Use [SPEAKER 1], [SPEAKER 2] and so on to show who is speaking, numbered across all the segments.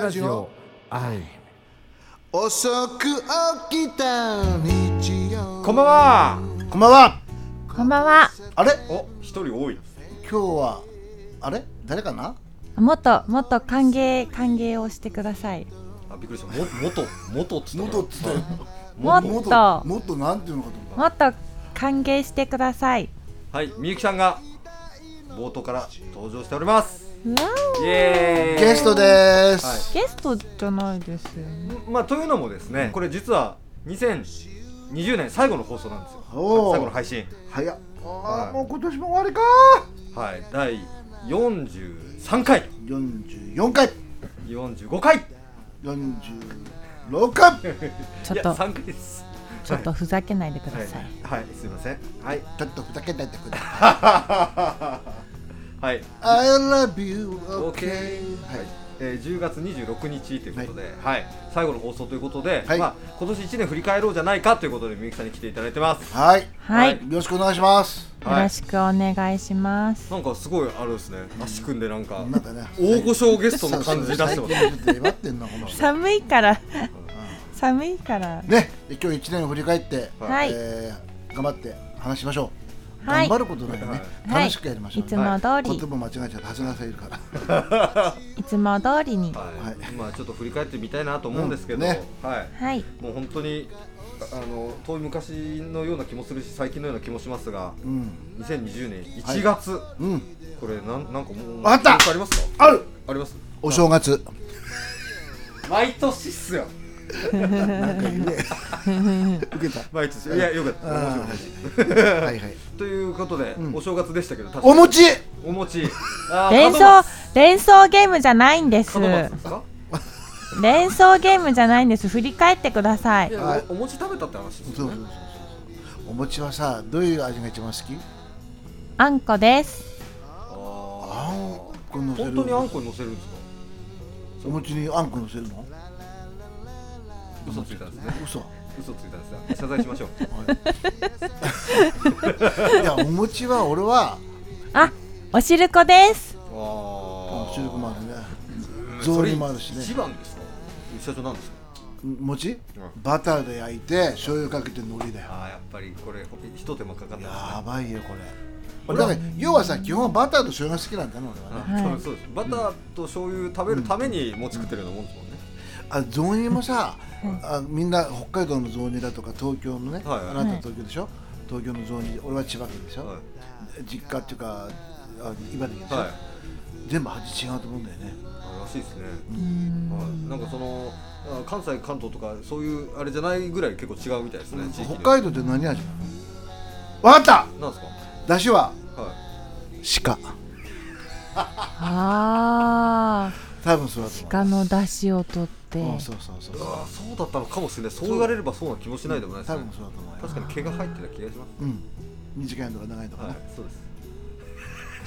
[SPEAKER 1] ラジオ
[SPEAKER 2] はい
[SPEAKER 1] 遅く起きた日曜
[SPEAKER 2] こんばんは
[SPEAKER 1] こんばんは
[SPEAKER 3] こんばんは。
[SPEAKER 1] あれ
[SPEAKER 2] お一人多い
[SPEAKER 1] 今日はあれ誰かな
[SPEAKER 3] もっともっと歓迎歓迎をしてください。
[SPEAKER 2] あびっくりしたも元元っつった
[SPEAKER 1] 元っつったよ
[SPEAKER 3] もっとも
[SPEAKER 1] もっとなんていうのかと思った
[SPEAKER 3] っと歓迎してください。
[SPEAKER 2] はいみゆきさんが冒頭から登場しております
[SPEAKER 3] うわお
[SPEAKER 2] イエーイ
[SPEAKER 1] ゲストでーす、
[SPEAKER 3] ゲストじゃないですよね。
[SPEAKER 2] まあというのもですねこれ実は2020年最後の放送なんですよ
[SPEAKER 1] おー
[SPEAKER 2] 最後の配信
[SPEAKER 1] 早っあ
[SPEAKER 2] は
[SPEAKER 1] ー
[SPEAKER 2] い
[SPEAKER 1] もう今年も終わりか
[SPEAKER 2] はい第43回
[SPEAKER 1] 44回
[SPEAKER 2] 45回
[SPEAKER 1] 46回
[SPEAKER 3] ちょ
[SPEAKER 2] い
[SPEAKER 3] っ
[SPEAKER 2] や
[SPEAKER 3] と
[SPEAKER 2] 3回です
[SPEAKER 3] ちょっとふざけないでくだ
[SPEAKER 2] はい
[SPEAKER 3] さい。、
[SPEAKER 2] はい、すいませんはい
[SPEAKER 1] ちょっとふざけないでください
[SPEAKER 2] はい
[SPEAKER 1] I love you
[SPEAKER 2] OK
[SPEAKER 1] OK は
[SPEAKER 2] はいいえー、10月26日ということで、はい最後の放送ということで、
[SPEAKER 1] はい
[SPEAKER 2] まあ、今年1年振り返ろうじゃないかということでみゆきさんに来ていただいてます、
[SPEAKER 1] はいよ
[SPEAKER 3] はい、
[SPEAKER 2] はい
[SPEAKER 1] ろしくお願いします
[SPEAKER 2] はい
[SPEAKER 3] よろしくお願いします。
[SPEAKER 2] なんかすごいあるですね足組んでなんか
[SPEAKER 1] なんかね
[SPEAKER 2] 大御所ゲストの感じ出してます
[SPEAKER 1] 最近ちょっと威張ってんなこの人
[SPEAKER 3] 寒いから寒いから。
[SPEAKER 1] ねで今日一年を振り返って、
[SPEAKER 3] はい
[SPEAKER 1] えー頑張って話しましょう、
[SPEAKER 3] は
[SPEAKER 1] 頑
[SPEAKER 3] い
[SPEAKER 1] 張ることないよね、
[SPEAKER 3] はい
[SPEAKER 1] 楽しくやりましょう、
[SPEAKER 3] いつも通り、
[SPEAKER 1] 言葉間違えちゃった長谷川さんいるから
[SPEAKER 3] い、つも通りに。は
[SPEAKER 2] はい
[SPEAKER 1] はい
[SPEAKER 2] まあちょっと振り返ってみたいなと思うんですけど、
[SPEAKER 1] うんね
[SPEAKER 2] はい
[SPEAKER 3] い。
[SPEAKER 2] もう本当にああの遠い昔のような気もするし最近のような気もしますが
[SPEAKER 1] うん
[SPEAKER 2] 2020年1月、
[SPEAKER 1] うん
[SPEAKER 2] これなんなんかもう
[SPEAKER 1] わかった
[SPEAKER 2] なんかありますか
[SPEAKER 1] ある
[SPEAKER 2] あります
[SPEAKER 1] お正月
[SPEAKER 2] 毎年っすよ
[SPEAKER 1] なんか言え受けた
[SPEAKER 2] 毎年いやよかった面白い話
[SPEAKER 1] はいはい
[SPEAKER 2] ということで、お正月でしたけど確か
[SPEAKER 1] お餅
[SPEAKER 2] お餅あー
[SPEAKER 3] 連想連想ゲームじゃないんです。
[SPEAKER 2] 門松門松ですか
[SPEAKER 3] 連想ゲームじゃないんです。振り返ってください
[SPEAKER 2] い。やおお餅食べたって話です
[SPEAKER 1] そうそう
[SPEAKER 2] よ
[SPEAKER 1] そう
[SPEAKER 2] ね
[SPEAKER 1] そうお餅はさどういう味が一番好き
[SPEAKER 3] あんこです。
[SPEAKER 2] あ
[SPEAKER 1] あんこ
[SPEAKER 2] ー
[SPEAKER 1] のせ
[SPEAKER 2] 本
[SPEAKER 1] る
[SPEAKER 2] 当にあんこに乗せるんですか
[SPEAKER 1] お餅にあんこのせるの
[SPEAKER 2] 嘘ついたんですね
[SPEAKER 1] 嘘
[SPEAKER 2] 嘘ついたんですよ謝罪しましょう
[SPEAKER 1] いやお餅は俺は
[SPEAKER 3] あ、おしるこです。
[SPEAKER 2] あ
[SPEAKER 1] お
[SPEAKER 2] ー
[SPEAKER 1] 汁粉もあるね
[SPEAKER 2] うん
[SPEAKER 1] 雑煮もあるしね
[SPEAKER 2] それ一番ですか社長なんですか
[SPEAKER 1] 餅バターで焼いて醤油かけて海苔だよ
[SPEAKER 2] あーやっぱりこれひと手間かかったんですね
[SPEAKER 1] やばいよこれ俺だから要はさ基本バターと醤油が好きなんだね俺は
[SPEAKER 2] あ
[SPEAKER 1] ね
[SPEAKER 2] 多
[SPEAKER 3] は
[SPEAKER 2] 分
[SPEAKER 3] い
[SPEAKER 2] そうですバターと醤油食べるために餅食ってるようなもんですもんね
[SPEAKER 1] あ雑煮 もさあみんな北海道の雑煮だとか東京のね
[SPEAKER 2] はいはい
[SPEAKER 1] あなた東京でしょ東京の雑煮俺は千葉県でしょ
[SPEAKER 2] は
[SPEAKER 1] 実家っていうかあ茨城でしょ
[SPEAKER 2] はい
[SPEAKER 1] 全部味違うと思うんだよね
[SPEAKER 2] あらしいですねはいなんかそのあ関西関東とかそういうあれじゃないぐらい結構違うみたいですね地域
[SPEAKER 1] 北
[SPEAKER 2] に
[SPEAKER 1] 海道って何味なのわかった
[SPEAKER 2] なんです
[SPEAKER 1] だしは
[SPEAKER 2] かは
[SPEAKER 1] 鹿
[SPEAKER 3] ああ、
[SPEAKER 1] 多分そうだと思う
[SPEAKER 3] 鹿の出汁を取って。
[SPEAKER 1] うんそうそうそう
[SPEAKER 2] い
[SPEAKER 1] そう
[SPEAKER 2] ああそうだったのかもしれないそう言われればそうな気もしないでもないです
[SPEAKER 1] 多
[SPEAKER 2] ね
[SPEAKER 1] 分そうだと思うよ
[SPEAKER 2] 確かに毛が入ってた気がしま
[SPEAKER 1] うん短いのとか長いのと
[SPEAKER 2] す
[SPEAKER 1] か
[SPEAKER 2] は
[SPEAKER 1] ね
[SPEAKER 2] いそうです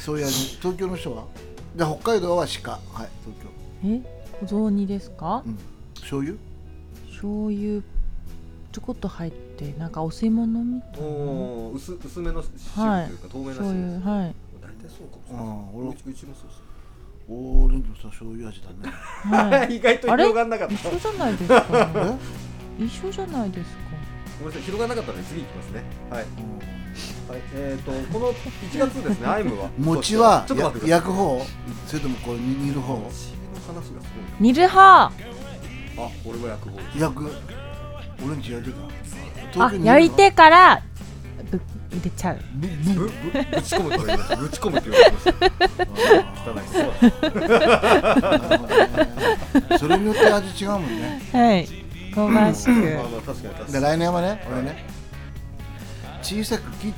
[SPEAKER 1] そういう味東京の人はで北海道は鹿はい東京
[SPEAKER 3] え、お雑煮ですか
[SPEAKER 1] う？ん醤油
[SPEAKER 3] 醤油ちょこっと入ってなんかお吸い物みたい
[SPEAKER 2] おおー薄薄めの汁
[SPEAKER 3] はい
[SPEAKER 2] というか透明
[SPEAKER 3] な。
[SPEAKER 2] な
[SPEAKER 3] 醤
[SPEAKER 2] 汁です
[SPEAKER 3] 油はい
[SPEAKER 2] 大体そうかもしれ
[SPEAKER 1] う
[SPEAKER 2] ない
[SPEAKER 1] ん俺
[SPEAKER 2] うちうちもそうです
[SPEAKER 1] おーレンジもさ醤油味だね
[SPEAKER 3] はい。
[SPEAKER 2] 意外と
[SPEAKER 3] あれ
[SPEAKER 2] 広がんなかった
[SPEAKER 3] 一
[SPEAKER 2] ご
[SPEAKER 3] 緒じゃないですか？
[SPEAKER 1] え
[SPEAKER 3] 一緒じゃないですか？
[SPEAKER 2] めんなさい広がんなかったので次いきますねはい、はい、えっ、ー、とこの1月ですねアイムは
[SPEAKER 1] 餅は
[SPEAKER 2] ちょっと待ってくだ
[SPEAKER 1] や
[SPEAKER 2] さい
[SPEAKER 1] 焼く方それともこう煮る方
[SPEAKER 2] 餅の話がす
[SPEAKER 3] 煮る方。
[SPEAKER 2] ごいあ俺は焼く方です
[SPEAKER 1] 焼くオレンジ焼いてた
[SPEAKER 3] あ
[SPEAKER 1] 東京、に
[SPEAKER 3] 焼いてからぶ入れちゃう。
[SPEAKER 1] ぶ
[SPEAKER 2] ぶ
[SPEAKER 1] ぶ
[SPEAKER 2] ぶぶち込むと言われましたぶち込むと言われました汚いそうだ
[SPEAKER 1] なるほどねそれによって味違うもんね
[SPEAKER 3] はい。香ばしく。
[SPEAKER 2] まあまあ確かに確か
[SPEAKER 1] で
[SPEAKER 2] に
[SPEAKER 1] 来年はね俺ね小さく切って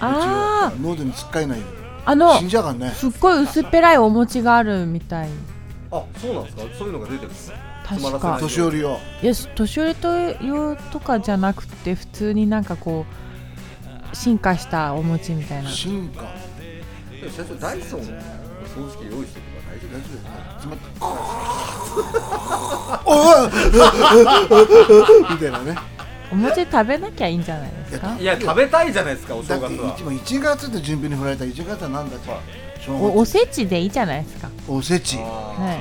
[SPEAKER 3] ああ、
[SPEAKER 1] 喉につっかえないよう
[SPEAKER 3] あの
[SPEAKER 1] に死んじゃうからね
[SPEAKER 3] すっごい薄っぺらいお餅があるみたい。
[SPEAKER 2] あそうなんですかそういうのが出てるんですかつまらせな
[SPEAKER 3] 確か
[SPEAKER 2] い。
[SPEAKER 1] 年寄りを
[SPEAKER 3] いや年寄りと用とかじゃなくて普通になんかこう進化したお餅みたいな
[SPEAKER 1] 進化
[SPEAKER 2] でも社長ダイソンの掃除機用意しておけば大丈夫ですよ
[SPEAKER 1] つまって おいみたいなね
[SPEAKER 3] お餅食べなきゃいいんじゃないですか
[SPEAKER 2] いや食べたいじゃないですかお
[SPEAKER 1] だ
[SPEAKER 2] 正
[SPEAKER 1] って
[SPEAKER 2] 月は
[SPEAKER 1] 一番1月で準備に振られたら1月は何だって正
[SPEAKER 3] おお
[SPEAKER 1] 月
[SPEAKER 3] せちでいいじゃないですか
[SPEAKER 1] おせち
[SPEAKER 2] あー
[SPEAKER 3] はい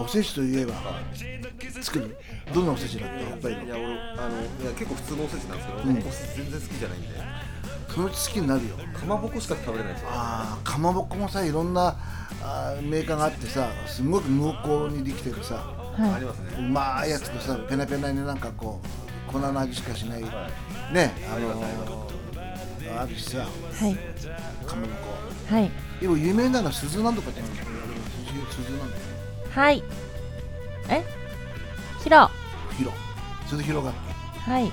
[SPEAKER 1] おせちといえば
[SPEAKER 2] は
[SPEAKER 1] 作るどんなおせちだった北
[SPEAKER 2] い、
[SPEAKER 1] 海
[SPEAKER 2] い
[SPEAKER 1] 道
[SPEAKER 2] や俺あのいや結構普通のおせちなんですけど、
[SPEAKER 1] うん
[SPEAKER 2] おせち全然好きじゃないんで
[SPEAKER 1] そのうち好きになるよ
[SPEAKER 2] かまぼこしか食べれないんですよ
[SPEAKER 1] ああかまぼこもさいろんなあーメーカーがあってさすごく濃厚にできてるさ
[SPEAKER 2] あります
[SPEAKER 1] う
[SPEAKER 2] ね
[SPEAKER 1] まいやつとさペナペナになんかこう粉の味しかしない、
[SPEAKER 2] はい
[SPEAKER 1] ね
[SPEAKER 2] あ
[SPEAKER 1] あ
[SPEAKER 2] りが
[SPEAKER 1] の
[SPEAKER 2] とう
[SPEAKER 1] ー、あるしさ
[SPEAKER 3] はい
[SPEAKER 1] かまぼこ
[SPEAKER 3] はい
[SPEAKER 1] でも有名なのは鈴なんとかじゃないの鈴鈴なんだよ
[SPEAKER 3] はいえヒロ
[SPEAKER 1] ヒロ鈴広が
[SPEAKER 3] はい
[SPEAKER 1] い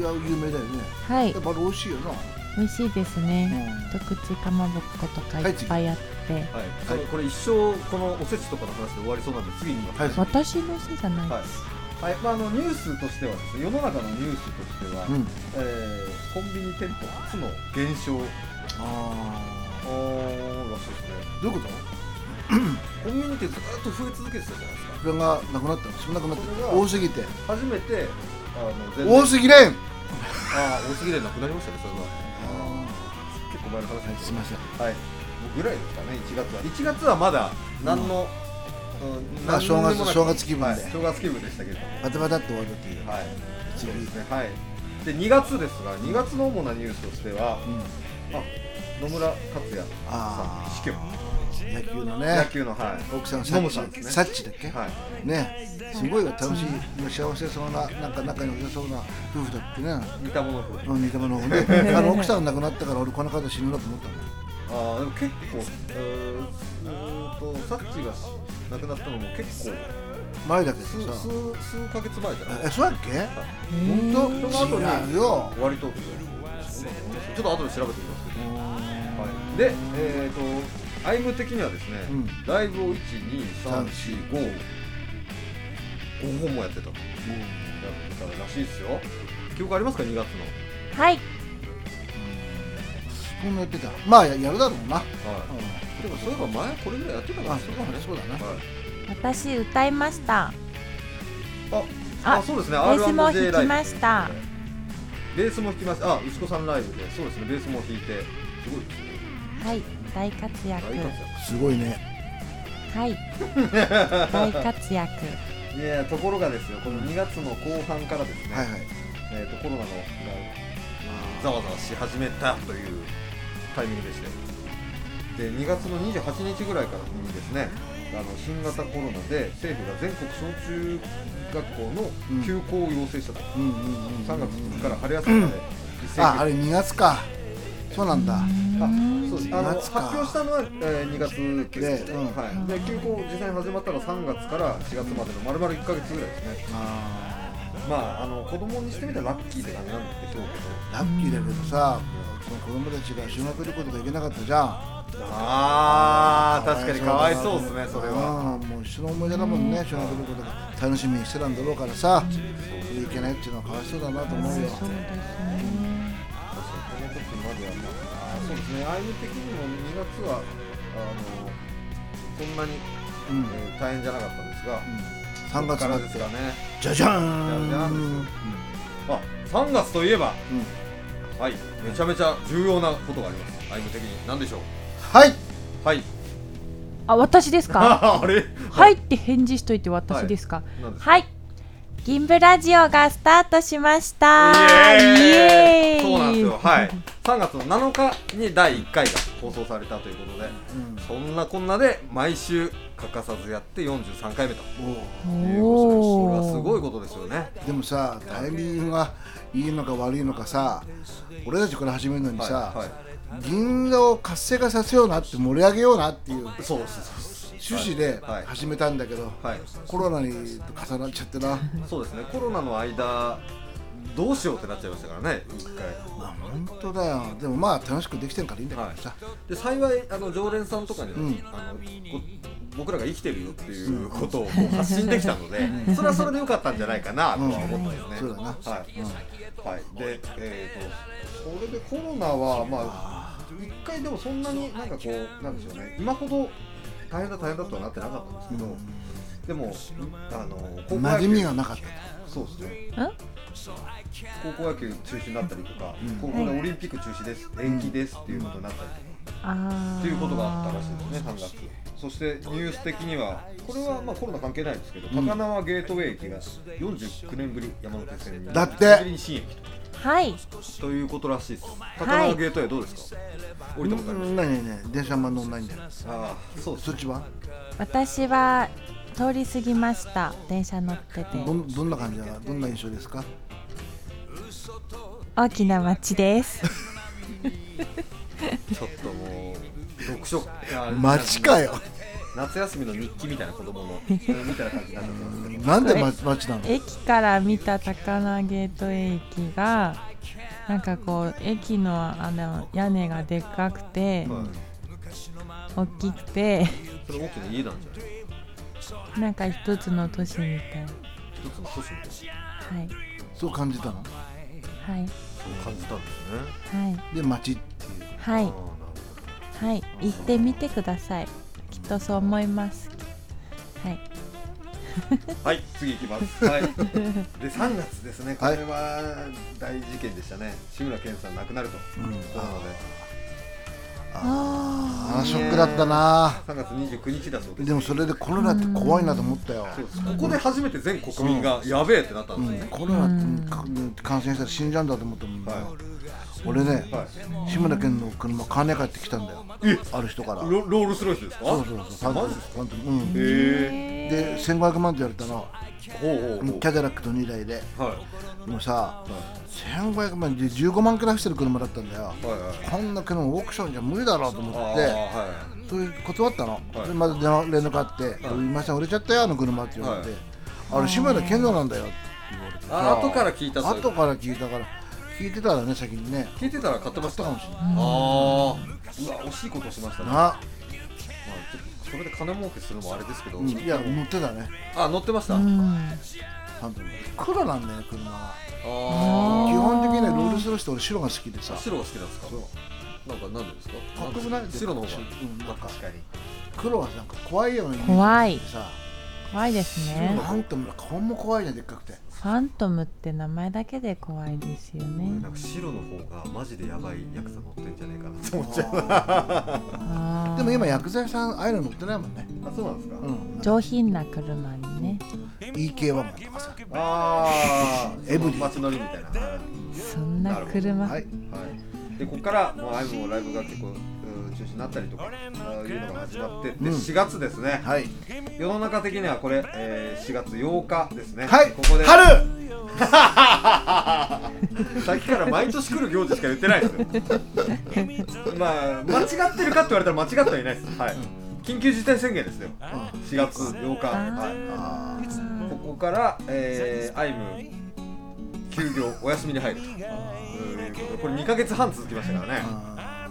[SPEAKER 1] や有名だよね
[SPEAKER 3] はい
[SPEAKER 1] やっぱり美味しいよな
[SPEAKER 3] 美味しいですね、一口かまぼっことかいっぱいあって、
[SPEAKER 2] はい、それこれ一生このおせちとかの話で終わりそうなんで次に
[SPEAKER 1] はい
[SPEAKER 3] 私のせいじゃないです、
[SPEAKER 2] はいまあ、あのニュースとしてはですね世の中のニュースとしては、
[SPEAKER 1] うん
[SPEAKER 2] えーコンビニ店舗初の減少らしいですね
[SPEAKER 1] あーどういうこと
[SPEAKER 2] コンビニ店ずっと増え続けてたじゃないですか
[SPEAKER 1] これがなくなったの少なくなって
[SPEAKER 2] これが
[SPEAKER 1] 多すぎて
[SPEAKER 2] 初めてあの全
[SPEAKER 1] 多すぎれん
[SPEAKER 2] あー多すぎでなくなりましたねそれは結構前の話です
[SPEAKER 1] すいません
[SPEAKER 2] はいぐらいですかね1月は1月はまだ何の、うん
[SPEAKER 1] まあ
[SPEAKER 2] 何にもなく
[SPEAKER 1] 正月正月気分で
[SPEAKER 2] はい正月気分でしたけれども
[SPEAKER 1] バタバタっと終わるっていう
[SPEAKER 2] はいそう
[SPEAKER 1] 次
[SPEAKER 2] ですねはいで2月ですが2月の主なニュースとしては、
[SPEAKER 1] うん
[SPEAKER 2] あ野村克也さ
[SPEAKER 1] あ
[SPEAKER 2] ん死去
[SPEAKER 1] ー野球の
[SPEAKER 2] 野
[SPEAKER 1] ね
[SPEAKER 2] 球のはい
[SPEAKER 1] 奥さんサ
[SPEAKER 2] 野茂
[SPEAKER 1] ッチ
[SPEAKER 2] さんですね
[SPEAKER 1] サッチだっけ
[SPEAKER 2] はい
[SPEAKER 1] ねすごいわ楽しい幸せそうななんか仲良さそうな夫婦だってね
[SPEAKER 2] 似たもの風
[SPEAKER 1] うん似たものを ねあの奥さんが亡くなったから俺この方死ぬなと思ったの
[SPEAKER 2] ああでも結構えーうーんとサッチが亡くなったのも結構
[SPEAKER 1] 前だけど
[SPEAKER 2] 数
[SPEAKER 1] さ
[SPEAKER 2] 数数ヶ月前じゃない
[SPEAKER 1] えそうだっけ
[SPEAKER 3] うん
[SPEAKER 1] 本
[SPEAKER 2] その後
[SPEAKER 1] 当
[SPEAKER 2] に
[SPEAKER 1] 違うよ
[SPEAKER 2] 割とそうだと思いますちょっと後で調べてみますけどはい、で、えー、とアイム的にはですね、
[SPEAKER 1] うん
[SPEAKER 2] ライブを12345 5本もやってたとやってたらしいですよ記憶ありますか2月のはい
[SPEAKER 3] はい
[SPEAKER 1] こんなやってたまあややるだろうな、
[SPEAKER 2] でもそういえば前これぐらいやってたから
[SPEAKER 1] あそうだねそうだね
[SPEAKER 3] 私歌いました
[SPEAKER 2] はい、ああ
[SPEAKER 3] あ
[SPEAKER 2] そうですね
[SPEAKER 3] ベースも
[SPEAKER 2] R&J ライブ
[SPEAKER 3] 弾きました
[SPEAKER 2] ベースも弾きましたあ牛子さんライブでそうですねベースも弾いてすごいですね
[SPEAKER 3] はい大活躍
[SPEAKER 2] 大活
[SPEAKER 1] すごいね
[SPEAKER 3] はい 大活躍
[SPEAKER 2] 躍いやところがですよこの2月の後半からですね、
[SPEAKER 1] はいはい
[SPEAKER 2] えー、とコロナのがざわざわし始めたというタイミングでしてで2月の28日ぐらいからにですねあの新型コロナで政府が全国小中学校の休校を要請したと、
[SPEAKER 1] うんうんうん
[SPEAKER 2] 3月1日から春休みまで一斉
[SPEAKER 1] あ
[SPEAKER 2] 休
[SPEAKER 1] あれ2月かそうなんだ
[SPEAKER 2] あそうですあの
[SPEAKER 1] 2
[SPEAKER 2] 発
[SPEAKER 1] 月か
[SPEAKER 2] 表したのは、えー、2月です
[SPEAKER 1] でうん
[SPEAKER 2] はい、で休校実際に始まったのは3月から4月までの丸々1か月ぐらいですね
[SPEAKER 1] あ
[SPEAKER 2] まああの子供にしてみたらラッキーって感じなんでしょうけど
[SPEAKER 1] ーラッキーだけどさその子供たちが修学旅行とか行けなかったじゃん
[SPEAKER 2] ああ確かにかわいそうですねそれは
[SPEAKER 1] はもう一緒の思い出だもんね修学旅行とか楽しみにしてたんだろうからさ行けないっていうのはかわいそうだなと思うよ
[SPEAKER 3] そうですね
[SPEAKER 2] 確かにこの時まではまああーそうですねアイム的にも2月はあのそんなに、
[SPEAKER 1] うん
[SPEAKER 2] えー大変じゃなかったんですが、
[SPEAKER 1] 3月
[SPEAKER 2] か
[SPEAKER 1] に
[SPEAKER 2] ら
[SPEAKER 1] なっ
[SPEAKER 2] です
[SPEAKER 1] て
[SPEAKER 2] がね
[SPEAKER 1] じゃじゃー
[SPEAKER 2] じゃじゃーん
[SPEAKER 1] ん
[SPEAKER 2] ですよあ3月といえば
[SPEAKER 1] うん
[SPEAKER 2] はいめちゃめちゃ重要なことがありますアイム的に何でしょう
[SPEAKER 1] はい
[SPEAKER 2] はい
[SPEAKER 3] あ私です か
[SPEAKER 2] あれ
[SPEAKER 3] はいって返事しといて私ですか
[SPEAKER 2] 何ですか
[SPEAKER 3] はい銀ブラジオがスタートしましたイエーイ
[SPEAKER 2] そうなんです よはい3月の7日に第1回が放送されたということでそんなこんなで毎週欠かさずやって43回目と
[SPEAKER 1] うんおう
[SPEAKER 2] いうこと
[SPEAKER 3] お
[SPEAKER 2] です。それは
[SPEAKER 3] ー
[SPEAKER 2] すごいことですよね。
[SPEAKER 1] でもさタイミングがいいのか悪いのかさ俺たちこれ始めるのにさ、
[SPEAKER 2] はい
[SPEAKER 1] 銀座を活性化させようなって盛り上げようなっていう
[SPEAKER 2] そうです。
[SPEAKER 1] 趣旨で
[SPEAKER 2] はい
[SPEAKER 1] 始めたんだけど、
[SPEAKER 2] はい。
[SPEAKER 1] コロナに重なっちゃってな、
[SPEAKER 2] そうですね。コロナの間どうしようってなっちゃいましたからね。一回。
[SPEAKER 1] まあ本当だよでもまあ楽しくできてるからいいんだけどさ、
[SPEAKER 2] で幸いあの常連さんとかに、
[SPEAKER 1] ん
[SPEAKER 2] あのこ僕らが生きてるよっていうことをこう発信できたので、それはそれで良かったんじゃないかなとは思ったんですね。
[SPEAKER 1] うんそうだな
[SPEAKER 2] はい。はい。で、えっ、とそれでコロナはまあ一回でもそんなになんかこうなんでしょうね。今ほど大変だ大変だとはなってなかったんですけど、でもあの高校
[SPEAKER 1] 馴
[SPEAKER 2] 野
[SPEAKER 1] 染み
[SPEAKER 2] 球
[SPEAKER 1] がなかった
[SPEAKER 2] そうですね。
[SPEAKER 3] ん
[SPEAKER 2] 高校野球中止になったりとか、高校でオリンピック中止です、延期ですっていうことになったりとか。
[SPEAKER 3] あー
[SPEAKER 2] っていうことがあったらしいですね、3月。そしてニュース的にはこれはまあコロナ関係ないんですけど、高輪ゲートウェイ駅が49年ぶり山手線に
[SPEAKER 1] だって
[SPEAKER 2] 久しぶりに新駅
[SPEAKER 3] はい
[SPEAKER 2] ということらしいです高
[SPEAKER 3] い
[SPEAKER 2] 輪ゲートウェイどうですか、降りたことあります
[SPEAKER 1] なにね電車あんま乗んないんだよ
[SPEAKER 2] ああそうです
[SPEAKER 1] そっちは
[SPEAKER 3] 私は通り過ぎました電車乗ってて
[SPEAKER 1] どんどんな感じだどんな印象ですか
[SPEAKER 3] 大きな街です
[SPEAKER 2] ちょっともう読書あ
[SPEAKER 1] 街かよ
[SPEAKER 2] 夏休みの日記みたいな子供のみたいな感じになっちゃってますけど
[SPEAKER 1] なんで街街なの
[SPEAKER 3] 駅から見た高輪ゲートウェイ駅がなんかこう駅のあの屋根がでっかくて、
[SPEAKER 2] はい
[SPEAKER 3] 大きくて
[SPEAKER 2] それ大きな家なんじゃない
[SPEAKER 3] なんか一つの都市みたいな
[SPEAKER 2] 一つの都市みたい
[SPEAKER 3] はい
[SPEAKER 1] そう感じたの
[SPEAKER 3] はい
[SPEAKER 2] な感じたんですね
[SPEAKER 3] はい
[SPEAKER 1] で街って
[SPEAKER 2] あ
[SPEAKER 3] は
[SPEAKER 2] あ
[SPEAKER 3] いはい行ってみてくださいきっとそう思いますはい
[SPEAKER 2] なるほどはい次行きますはい で3月ですねこ
[SPEAKER 1] は
[SPEAKER 2] れ
[SPEAKER 1] い
[SPEAKER 2] は大事件でしたね志村けんさん亡くなると
[SPEAKER 1] うん
[SPEAKER 2] なので
[SPEAKER 3] あ
[SPEAKER 1] あーショックだったな
[SPEAKER 2] 3月29日だそうです
[SPEAKER 1] でもそれでコロナって怖いなと思ったよ
[SPEAKER 2] そうですここで初めて全国民がやべえってなったんですよね
[SPEAKER 1] コロナって感染したら死んじゃうんだと思ったもんね、
[SPEAKER 2] は
[SPEAKER 1] 俺ね、
[SPEAKER 2] はい
[SPEAKER 1] 志村けんの車買わねえかってきたんだよ
[SPEAKER 2] え
[SPEAKER 1] ある人から
[SPEAKER 2] ロロールスロイスですか
[SPEAKER 1] そうそうそう
[SPEAKER 2] マジですか
[SPEAKER 1] ファントムうん
[SPEAKER 2] へ
[SPEAKER 1] で
[SPEAKER 2] え
[SPEAKER 1] 1500万って言われたの
[SPEAKER 2] ほうほうほう
[SPEAKER 1] キャデラックと2台で
[SPEAKER 2] はい
[SPEAKER 1] もうさ1500万で15万くらいしてる車だったんだよ
[SPEAKER 2] はいはい
[SPEAKER 1] こんな車オークションじゃ無理だろうと
[SPEAKER 2] あ
[SPEAKER 1] 思
[SPEAKER 2] あ
[SPEAKER 1] って
[SPEAKER 2] は
[SPEAKER 1] それ断ったの、
[SPEAKER 2] はい
[SPEAKER 1] でまた電話連絡あって「
[SPEAKER 2] はい
[SPEAKER 1] 今井さん売れちゃったよあの車」って言われて
[SPEAKER 2] はい
[SPEAKER 1] 「あれ志村けんのなんだよ」って言われて
[SPEAKER 2] いあ後から聞いたそういう
[SPEAKER 1] 後から聞いたから聞いてたらね先にね
[SPEAKER 2] 聞いてたら買ってました
[SPEAKER 1] 買ったかもしれ
[SPEAKER 2] ああーうわ惜しいことしましたね、まあ、ちょ
[SPEAKER 1] な
[SPEAKER 2] っとそれで金儲けするのもあれですけど、
[SPEAKER 1] うんいや乗ってたね
[SPEAKER 2] あ乗ってました、
[SPEAKER 3] う
[SPEAKER 2] あ
[SPEAKER 3] ん
[SPEAKER 1] 本当に黒なんだよね車は
[SPEAKER 2] あ
[SPEAKER 1] 基本的にねロールスロイスって俺白が好きでさ
[SPEAKER 2] ー白が好きなんですか
[SPEAKER 1] そう
[SPEAKER 2] なんかなんでですか
[SPEAKER 1] かっこよくない
[SPEAKER 2] 白の方が、
[SPEAKER 1] うんなんか
[SPEAKER 2] 確かに
[SPEAKER 1] 黒はなんか怖いように
[SPEAKER 3] 怖い
[SPEAKER 1] さ
[SPEAKER 3] 怖いですね
[SPEAKER 1] なんとも顔も怖いじゃんでっかくて
[SPEAKER 3] ファントムって名前だけで怖いですよね
[SPEAKER 2] なんか白の方がマジでやばいヤクザ乗ってんじゃねえかなと思っちゃう
[SPEAKER 3] あー
[SPEAKER 1] でも今薬剤さんああいうの乗ってないもんね
[SPEAKER 2] あそうなんですか、
[SPEAKER 1] うん
[SPEAKER 3] 上品な車にね
[SPEAKER 1] EK1 もとかさ
[SPEAKER 2] ああ
[SPEAKER 1] エブリン
[SPEAKER 2] 街乗りみたいなはい
[SPEAKER 3] そんな車
[SPEAKER 1] はい
[SPEAKER 2] でここからもうアイムもライブが結構うん中止になったりとかあーいうのが始まってって、
[SPEAKER 1] うん
[SPEAKER 2] 4月ですね、
[SPEAKER 1] はい
[SPEAKER 2] 世の中的にはこれ、えー、4月8日ですね
[SPEAKER 1] はい
[SPEAKER 2] ここで
[SPEAKER 1] 春
[SPEAKER 2] さっきから毎年来る行事しか言ってないですよまあ間違ってるかって言われたら間違ってはいないですはい緊急事態宣言ですよ4月8日
[SPEAKER 3] あ
[SPEAKER 2] はい
[SPEAKER 1] あ
[SPEAKER 2] ここから、えー、アイム休業お休みに入るとうんこれ2ヶ月半続きましたからね
[SPEAKER 1] あ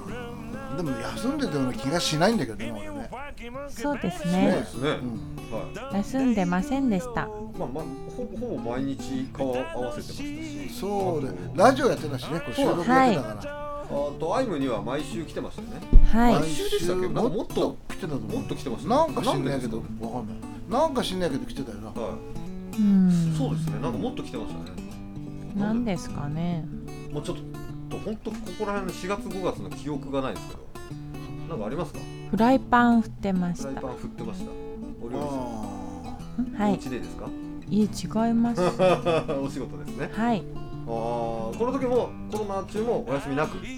[SPEAKER 1] でも休んでたような気がしないんだけどね俺ね
[SPEAKER 3] ーそうです
[SPEAKER 2] そう
[SPEAKER 3] ね
[SPEAKER 2] ですね、
[SPEAKER 1] うん
[SPEAKER 2] はい
[SPEAKER 3] 休んでませんでした
[SPEAKER 2] まあまあ、ほぼほぼ毎日顔合わせてましたし
[SPEAKER 1] そうで
[SPEAKER 2] あ
[SPEAKER 1] ラジオやってたしねこれ収録やってたから
[SPEAKER 2] とあとアイムには毎週来てましたよね
[SPEAKER 3] は、
[SPEAKER 2] 毎週でしたっけなんかもっと
[SPEAKER 1] 来てたと思う
[SPEAKER 2] もっと来てました
[SPEAKER 1] なんか知んない
[SPEAKER 2] で
[SPEAKER 1] け
[SPEAKER 2] です
[SPEAKER 1] どわかんないなんか知んないけど来てたよな
[SPEAKER 2] かはい
[SPEAKER 3] うん
[SPEAKER 2] いそうですねなんかもっと来てましたね
[SPEAKER 3] なんですかね
[SPEAKER 2] もうちょっと本当ここら辺の4月5月の記憶がないですけどなんかありますか
[SPEAKER 3] フライパン振ってまし
[SPEAKER 2] フ
[SPEAKER 3] た
[SPEAKER 2] ライパン振ってましたお料理さん
[SPEAKER 1] あ
[SPEAKER 3] は
[SPEAKER 2] お
[SPEAKER 3] い
[SPEAKER 2] 家でです か
[SPEAKER 3] いい違います
[SPEAKER 2] お仕事ですね
[SPEAKER 3] はい
[SPEAKER 2] ああこの時もコロナ中もお休みなく
[SPEAKER 3] はい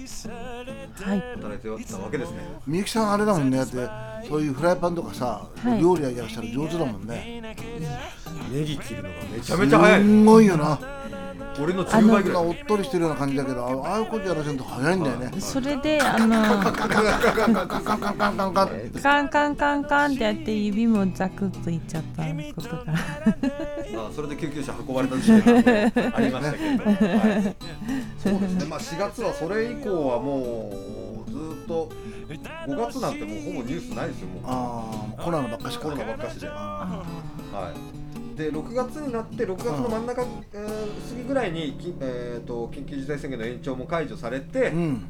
[SPEAKER 2] 働いてたわけですね
[SPEAKER 1] みゆきさんあれだもんねだってそういうフライパンとかさ、
[SPEAKER 3] はい
[SPEAKER 1] 料理やりらしたら上手だもんね
[SPEAKER 2] ネギ切るのがめちゃめちゃ早い
[SPEAKER 1] すんごいよな
[SPEAKER 2] 俺の10倍ぐ
[SPEAKER 1] な
[SPEAKER 2] らい
[SPEAKER 1] おっとりしてるような感じだけどあああいうことやらせると早いんだよね
[SPEAKER 3] それであの
[SPEAKER 1] カンカンカンカンカンカンカンカンカンカンカンって
[SPEAKER 3] カンカンカンカンってやって指もザクッといっちゃったことが
[SPEAKER 2] まあ、それで救急車運ばれた時点がありましたけれども、はい、そうですね、まあ、4月はそれ以降はもうずーっと5月なんてもうほぼニュースないですよもう
[SPEAKER 1] ああコロナばっかし
[SPEAKER 2] コロナばっかしで、はい、で6月になって6月の真ん中、えー過ぎぐらいに、きえー、と緊急事態宣言の延長も解除されて
[SPEAKER 1] う、ん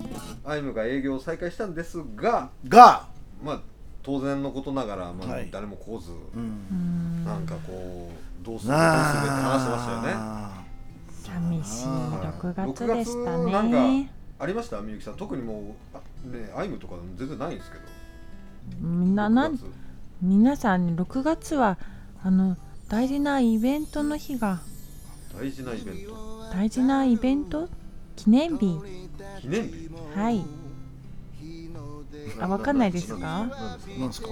[SPEAKER 2] アイムが営業を再開したんですが、
[SPEAKER 1] が、
[SPEAKER 2] まあ、当然のことながら、まあ
[SPEAKER 1] はい
[SPEAKER 2] 誰も来ず、
[SPEAKER 1] うん、
[SPEAKER 2] なんかこうどうするどうするって話してましたよね。
[SPEAKER 1] なあ
[SPEAKER 3] 寂しい6月
[SPEAKER 2] はい
[SPEAKER 3] でした
[SPEAKER 2] 6月なん
[SPEAKER 3] ね
[SPEAKER 2] かありましたみゆきさん特にもうあねアイムとか全然ないんですけど
[SPEAKER 3] みんななん
[SPEAKER 2] 6月
[SPEAKER 3] 皆さん6月はあの大事なイベントの日が
[SPEAKER 2] 大事なイベント
[SPEAKER 3] 大事なイベント記念日
[SPEAKER 2] 記念日
[SPEAKER 3] はいあわかんないですか
[SPEAKER 2] 何ですか
[SPEAKER 1] なんですか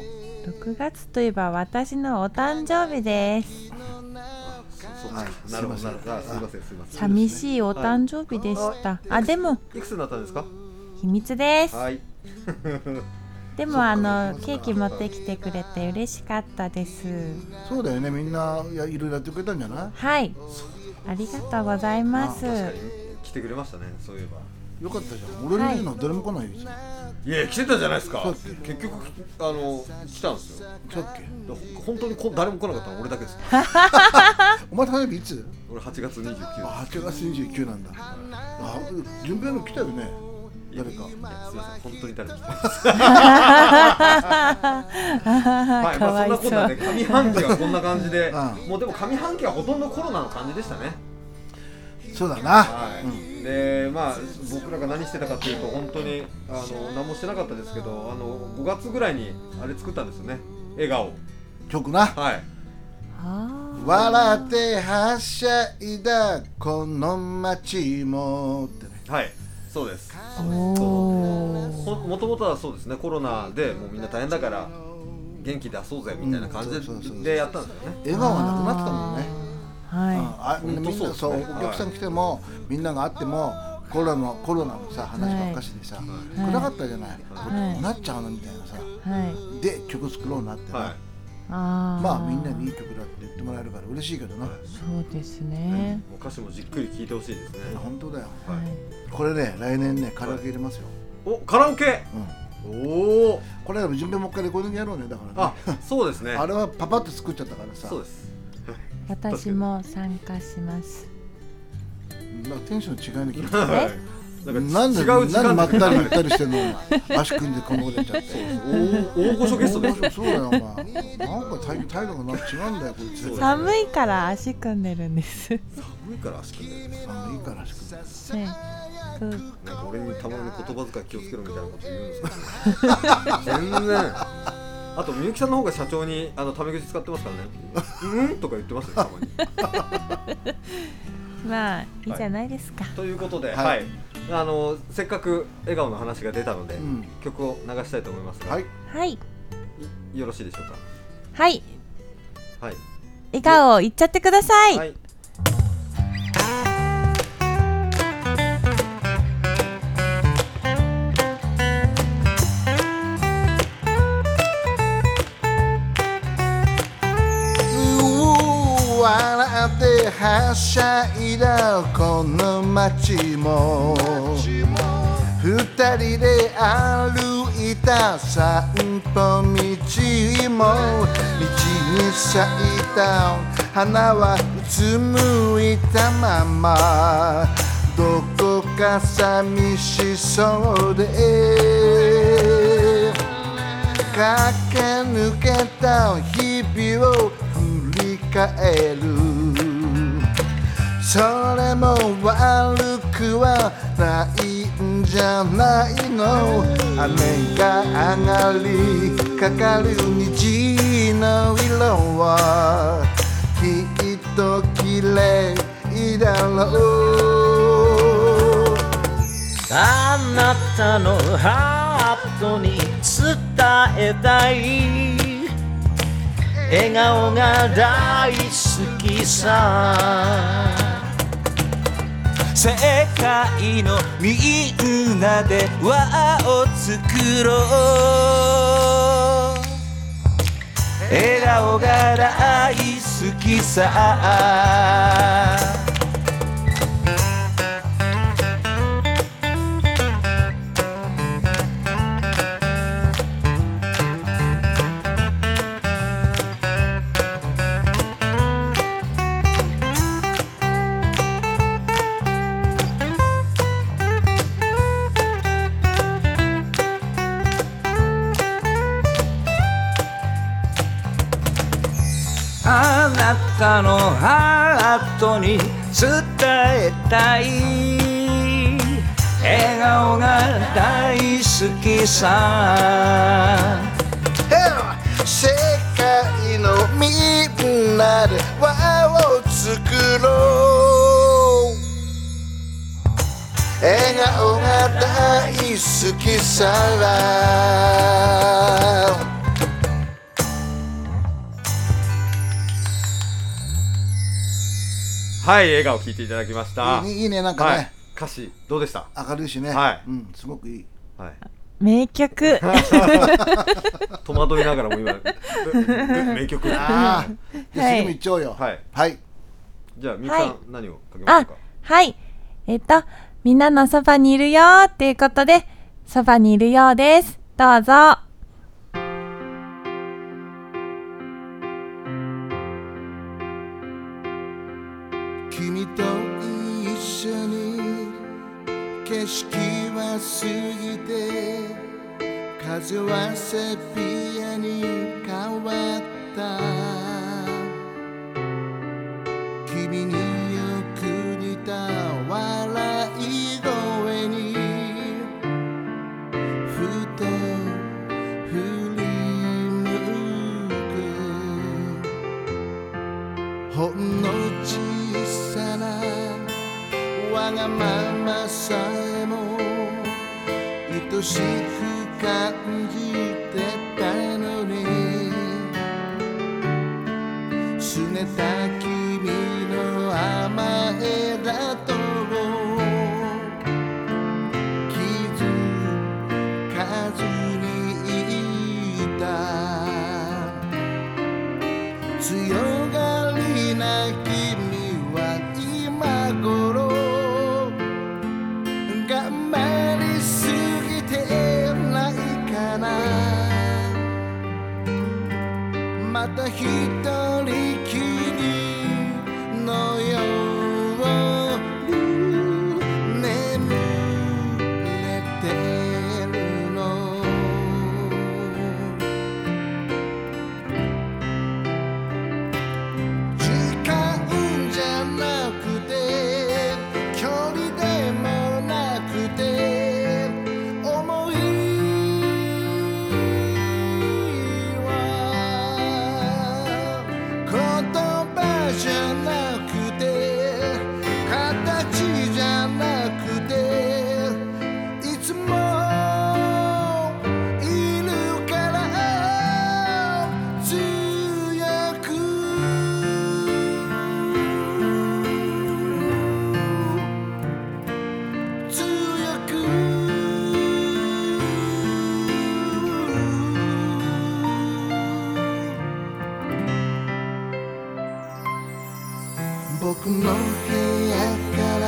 [SPEAKER 3] 6月といえば私のお誕生日です
[SPEAKER 2] あそう
[SPEAKER 1] はい
[SPEAKER 2] そうなるほど
[SPEAKER 1] すいません
[SPEAKER 2] なるほどあすいませんすいません
[SPEAKER 3] 寂しいお誕生日でしたあでも
[SPEAKER 2] いくつになったんですか
[SPEAKER 3] 秘密です
[SPEAKER 2] はい
[SPEAKER 1] そ
[SPEAKER 3] で
[SPEAKER 1] っ
[SPEAKER 3] も
[SPEAKER 1] か
[SPEAKER 3] あのケーキ持ってきてくれて嬉しかったです
[SPEAKER 1] そうだよねみんないやいろいろやってくれたんじゃない
[SPEAKER 3] はいありがとうございます
[SPEAKER 2] 確かに来てくれましたねそういえば
[SPEAKER 1] よかったじゃん俺の家のどれも来ないよ、別に
[SPEAKER 2] いや来てたじゃないですか
[SPEAKER 1] そうです
[SPEAKER 2] 結局あの来たんですよ
[SPEAKER 1] そうだっけ
[SPEAKER 2] でほ本当にこ誰も来なかったの俺だけです
[SPEAKER 1] お前誕生日いつ
[SPEAKER 2] 俺8月29
[SPEAKER 1] あ8月29なんだあ順平の来たよね誰か
[SPEAKER 2] いやすいません本当に誰も来てないは、
[SPEAKER 3] はい
[SPEAKER 2] ま
[SPEAKER 3] か
[SPEAKER 2] あそ
[SPEAKER 3] わ
[SPEAKER 2] んな
[SPEAKER 3] いそ
[SPEAKER 2] こ
[SPEAKER 3] う、
[SPEAKER 2] とはね、上半期はこんな感じで
[SPEAKER 1] う、
[SPEAKER 2] もうでも上半期はほとんどコロナの感じでしたね。
[SPEAKER 1] そうだな
[SPEAKER 2] はい。で、まあ僕らが何してたかっていうと本当にあの何もしてなかったですけど、あの5月ぐらいにあれ作ったんですよね。笑顔。
[SPEAKER 1] 曲な
[SPEAKER 2] はい。
[SPEAKER 3] あ
[SPEAKER 1] 笑ってはしゃいだこの街もってね
[SPEAKER 2] はい。そうです。
[SPEAKER 3] ーおー
[SPEAKER 2] ほもともとはそうですね、コロナでもうみんな大変だから元気出そうぜみたいな感
[SPEAKER 1] うんそうそうそうそ
[SPEAKER 2] じ
[SPEAKER 1] う
[SPEAKER 2] でやったんですよね。
[SPEAKER 1] 笑顔がなくなってたもんね
[SPEAKER 3] は
[SPEAKER 1] ああみんな
[SPEAKER 2] 本当そうですね
[SPEAKER 1] そうお客さん来ても、みんなが会ってもコロナのコロナのさ話ばっかしでさ、暗かったじゃない、
[SPEAKER 3] はい
[SPEAKER 1] こうなっちゃうのみたいなさ
[SPEAKER 3] いはい
[SPEAKER 1] で曲作ろうなってな、
[SPEAKER 2] はい。
[SPEAKER 3] あー
[SPEAKER 1] まあみんなにいい曲だって言ってもらえるから嬉しいけどな、
[SPEAKER 3] そうですね、
[SPEAKER 2] お菓子もじっくり聞いてほしいですね。
[SPEAKER 1] 本当だよ
[SPEAKER 2] はい
[SPEAKER 3] はい
[SPEAKER 1] これね来年ねカラオケ入れますよ、
[SPEAKER 2] お、カラオケ。おお。
[SPEAKER 1] これは順平もう一回レコーディングやろうねだからね
[SPEAKER 2] あ、そうですね。
[SPEAKER 1] あれはパパッと作っちゃったからさ
[SPEAKER 2] そうです。
[SPEAKER 3] 私も参加します
[SPEAKER 1] なんかテンション違いね君な
[SPEAKER 2] なんん
[SPEAKER 1] で
[SPEAKER 2] か違
[SPEAKER 1] な
[SPEAKER 2] うん時
[SPEAKER 1] でま
[SPEAKER 2] 間
[SPEAKER 1] ったりゆったりしてんのお前足組んでこんなことやっちゃって
[SPEAKER 2] 大御所ゲストですよ。
[SPEAKER 1] そうだよお前なんか態態度がなんか違うんだよこいつ
[SPEAKER 2] そうだ
[SPEAKER 3] 寒いから足組んでる んです、ね、
[SPEAKER 2] 寒いから足組んでるんですよ
[SPEAKER 1] あのいいから足組んで
[SPEAKER 3] そう
[SPEAKER 2] なんか俺にたまに言葉遣い気をつけろみたいなこと言うんですけど 全然あとみゆきさんの方が社長にあのタメ口使ってますからね「うん?」とか言ってますよたまに
[SPEAKER 3] まあいいじゃないですか、
[SPEAKER 2] ということで、
[SPEAKER 1] はい
[SPEAKER 2] はいあのせっかく笑顔の話が出たので、
[SPEAKER 1] うん
[SPEAKER 2] 曲を流したいと思いますが、
[SPEAKER 1] はい
[SPEAKER 3] はい
[SPEAKER 2] いよろしいでしょう
[SPEAKER 3] はい
[SPEAKER 2] かはい、
[SPEAKER 3] 笑顔いっちゃってください、
[SPEAKER 2] はい
[SPEAKER 1] 笑ってはしゃいだこの街も二人で歩いた散歩道も道に咲いた花はうつむいたままどこか寂しそうで駆け抜けた日々を振り返るそれも悪くはないんじゃないの雨が上がりかかる虹の色はきっと綺麗だろう
[SPEAKER 4] あなたのハートに伝えたい笑顔が大好きさ世界のみんなで輪を作ろう笑顔が大好きさあなたのハートに伝えたい笑顔が大好きさ
[SPEAKER 1] 世界
[SPEAKER 5] 界のみんなで輪を作ろう笑顔が大好きさ
[SPEAKER 2] はい、映画を聴いていただきました。
[SPEAKER 5] いいいいねなんかね、
[SPEAKER 2] はい、歌詞、どうでした
[SPEAKER 5] 明るいしね、
[SPEAKER 2] はい
[SPEAKER 5] うん、すごくいい
[SPEAKER 2] はい。
[SPEAKER 3] 名曲
[SPEAKER 2] 戸惑いながらも 今、ええ名曲。
[SPEAKER 5] あ
[SPEAKER 2] は
[SPEAKER 5] あ、じゃあ
[SPEAKER 3] はい
[SPEAKER 5] 次も行っちゃおうよ
[SPEAKER 2] い。
[SPEAKER 5] はい、
[SPEAKER 2] じゃあ、みゆさん、
[SPEAKER 3] はい
[SPEAKER 2] 何をかけましょう
[SPEAKER 3] あ
[SPEAKER 2] か
[SPEAKER 3] はいえっとみんなのそばにいるよーっていうことでそばにいるようですどうぞ
[SPEAKER 5] 君と一緒に景色は過ぎて風はセピアに変わった君によく似た笑い声にふと振り向くほんの小さなわがままさえも愛しく感じてたのに拗ねた君の甘えだと気づかずにいた強がりな君は今頃頑張りすぎてないかなまた一人きりのように眠れてるの時間じゃなくて距離でもなくて思いは言葉じゃなくて形じゃなくていつもいるから強く強く僕の部屋から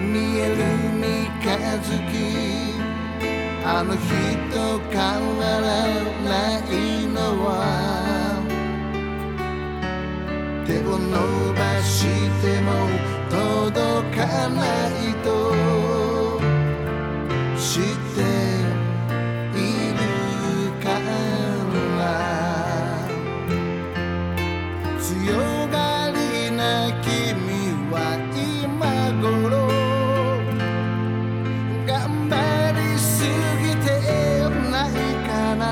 [SPEAKER 5] 見える三日月あの日と変わらないのは手を伸ばしても届かないと知っているから強がりな君は今頃頑張りすぎてないかな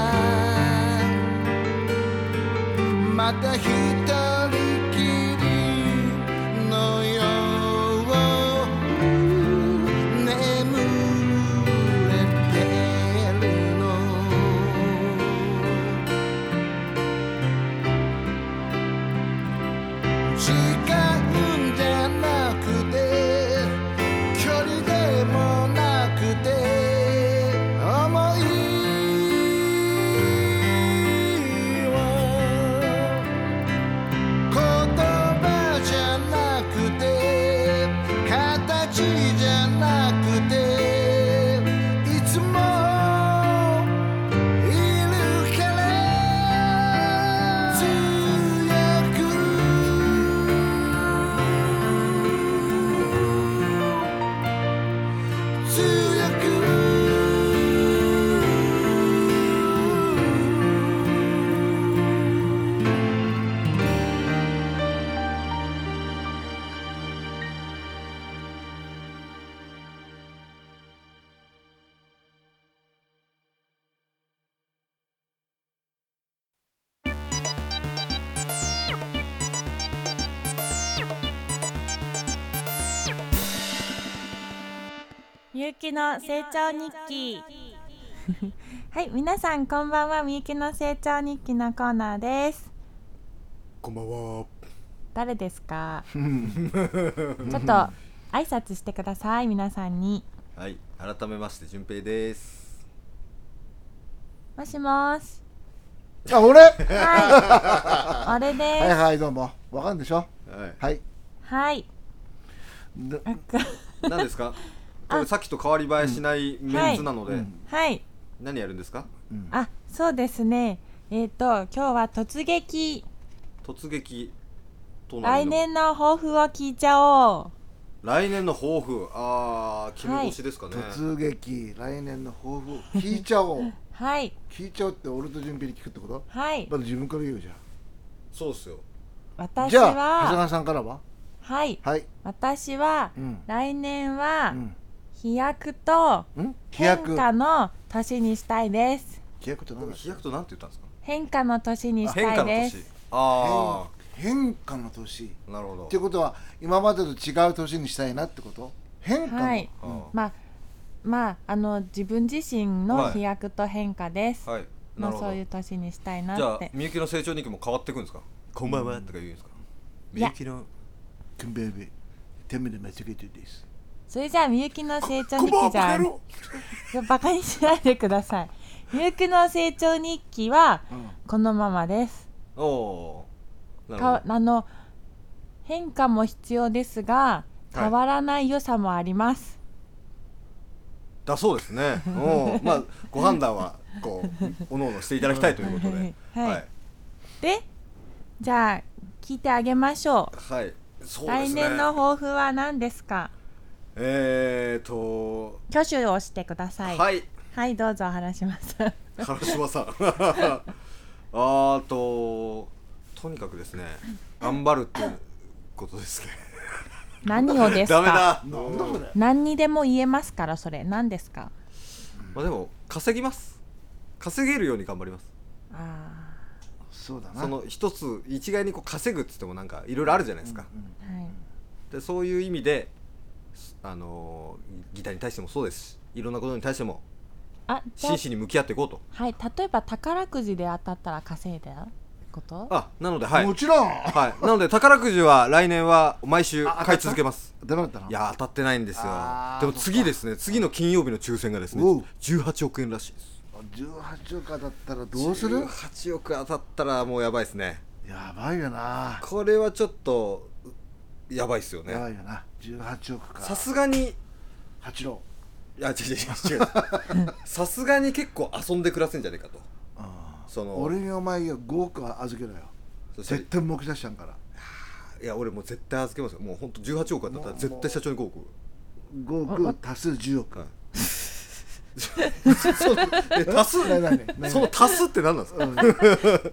[SPEAKER 5] また一人きりのよう眠れてるの時間じゃなくて距離でもなくて思いは言葉じゃなくて形じゃなくていつもいるから強く
[SPEAKER 6] みゆきの成長日記
[SPEAKER 3] はい、皆さんこんばんは。みゆきの成長日記のコーナーです。
[SPEAKER 1] こんばんは
[SPEAKER 3] 誰で すか。ちょっと挨拶してください。皆さんに。
[SPEAKER 2] はい改めまして順平です
[SPEAKER 3] もしもし。
[SPEAKER 1] あ俺は
[SPEAKER 3] はい。あれ
[SPEAKER 1] い
[SPEAKER 3] で
[SPEAKER 1] はいどうもわかるでしょ
[SPEAKER 2] はい
[SPEAKER 1] はい
[SPEAKER 3] す。はい。
[SPEAKER 1] で
[SPEAKER 2] 何ですかこれさっきと変わり映えしないメンツなので、
[SPEAKER 3] はい。
[SPEAKER 2] 何やるんですか
[SPEAKER 3] あ、そうですね。えっ、と今日は突撃。
[SPEAKER 2] 突撃とな
[SPEAKER 3] 来
[SPEAKER 2] るの
[SPEAKER 3] 年の抱負を聞いちゃおう。
[SPEAKER 2] 来年の抱負ああ決めしですかね、
[SPEAKER 1] 突撃来年の抱負聞いちゃおう
[SPEAKER 3] はい。
[SPEAKER 1] 聞いちゃおうって俺と順平に聞くってこと
[SPEAKER 3] はい。
[SPEAKER 1] まず自分から言うじゃん
[SPEAKER 2] そうっすよ
[SPEAKER 3] 私
[SPEAKER 1] じゃあ長谷
[SPEAKER 3] は。
[SPEAKER 1] 川さんからは
[SPEAKER 3] はい。
[SPEAKER 1] はい、
[SPEAKER 3] 私は。
[SPEAKER 1] うん
[SPEAKER 3] 来年
[SPEAKER 1] う
[SPEAKER 3] は。
[SPEAKER 1] ん、
[SPEAKER 3] 飛躍と。
[SPEAKER 1] ん飛
[SPEAKER 3] 変
[SPEAKER 1] 躍
[SPEAKER 3] 化の年にしたいです。
[SPEAKER 1] 飛躍って何だ
[SPEAKER 2] 飛躍となんて言ったんですか
[SPEAKER 3] 変化の年にした
[SPEAKER 2] 変化
[SPEAKER 3] い
[SPEAKER 2] の
[SPEAKER 3] で
[SPEAKER 2] 年
[SPEAKER 3] す。
[SPEAKER 2] あ
[SPEAKER 1] 変化の年っ
[SPEAKER 2] あなるほど
[SPEAKER 1] てことは今までと違う年にしたいなってこと変化の、
[SPEAKER 3] はい。
[SPEAKER 2] あー
[SPEAKER 3] まあ、まあ、あの自分自身
[SPEAKER 2] は
[SPEAKER 3] の
[SPEAKER 2] い
[SPEAKER 3] 飛躍と変化です。
[SPEAKER 2] はいな
[SPEAKER 3] の
[SPEAKER 2] るほ
[SPEAKER 3] そういう
[SPEAKER 2] ど
[SPEAKER 3] 年にしたい
[SPEAKER 2] じゃ
[SPEAKER 3] なっ
[SPEAKER 2] あ
[SPEAKER 3] て。
[SPEAKER 2] みゆきの成長日記も変わっていくんですかこんばんはとか言うんですかみゆきの
[SPEAKER 1] キンベイビー手目で間違えてるです
[SPEAKER 3] それじゃあみゆきの成長日記じゃん。いやバカにしないでください。みゆきの成長日記は
[SPEAKER 1] うん
[SPEAKER 3] このままです。
[SPEAKER 2] おおーなるほ
[SPEAKER 3] かあの変化も必要ですが、
[SPEAKER 2] はい
[SPEAKER 3] 変わらない良さもあります。
[SPEAKER 2] どだそうですねおおまあご判断はこうおのおのしていただきたいということで
[SPEAKER 3] はいでじゃあ聞いてあげましょう
[SPEAKER 2] はいそうで
[SPEAKER 3] 来
[SPEAKER 2] すね
[SPEAKER 3] 年の抱負は何ですか
[SPEAKER 2] えーと
[SPEAKER 3] 挙手をしてください
[SPEAKER 2] はい
[SPEAKER 3] はいどうぞお話します
[SPEAKER 2] 原島さん あーととにかくですね頑張るっていうことですね
[SPEAKER 3] 何をです
[SPEAKER 2] ダ
[SPEAKER 3] か
[SPEAKER 2] メだ、
[SPEAKER 1] なんだこれ
[SPEAKER 3] 何にでも言えますからそれ何ですか
[SPEAKER 2] まあ、でも稼ぎます稼げるように頑張ります
[SPEAKER 3] あ
[SPEAKER 1] そうだな
[SPEAKER 2] その一つ一概にこう稼ぐっつってもなんかいろいろあるじゃないですか、
[SPEAKER 3] あはい
[SPEAKER 2] でそういう意味で、すあのーギターに対してもそうですしいろんなことに対しても
[SPEAKER 3] あじゃ
[SPEAKER 2] 真
[SPEAKER 3] あ
[SPEAKER 2] 摯に向き合っていこうと
[SPEAKER 3] はい例えば宝くじで当たったら稼いだこと
[SPEAKER 2] あなのではい、
[SPEAKER 1] もちろん
[SPEAKER 2] はい、なので宝くじは来年は毎週
[SPEAKER 1] あ当たった
[SPEAKER 2] 買い続けます
[SPEAKER 1] ダメだったない
[SPEAKER 2] や当たってないんですよ
[SPEAKER 1] あー
[SPEAKER 2] でも次ですね次の金曜日の抽選がですね
[SPEAKER 1] おう
[SPEAKER 2] 18億円らしいです
[SPEAKER 1] 18億だったらどうする
[SPEAKER 2] 8億当たったらもうやばいですね
[SPEAKER 1] やばいよな
[SPEAKER 2] これはちょっとうやばいですよ
[SPEAKER 1] やば
[SPEAKER 2] ね
[SPEAKER 1] いよな18億か
[SPEAKER 2] さすがに
[SPEAKER 1] 八郎
[SPEAKER 2] いや違う違う違うさすがに結構遊んで暮らせんじゃねえかとその
[SPEAKER 1] 俺にお前よ5億は預けろよ
[SPEAKER 2] そしたら
[SPEAKER 1] 絶対目指しちゃうから
[SPEAKER 2] いや俺もう絶対預けますよもうほんと18億当たったら絶対社長に5億
[SPEAKER 1] 5億足す10億
[SPEAKER 2] はいそのえ足す
[SPEAKER 1] ないないないない
[SPEAKER 2] その足すって何なんですか、
[SPEAKER 1] うん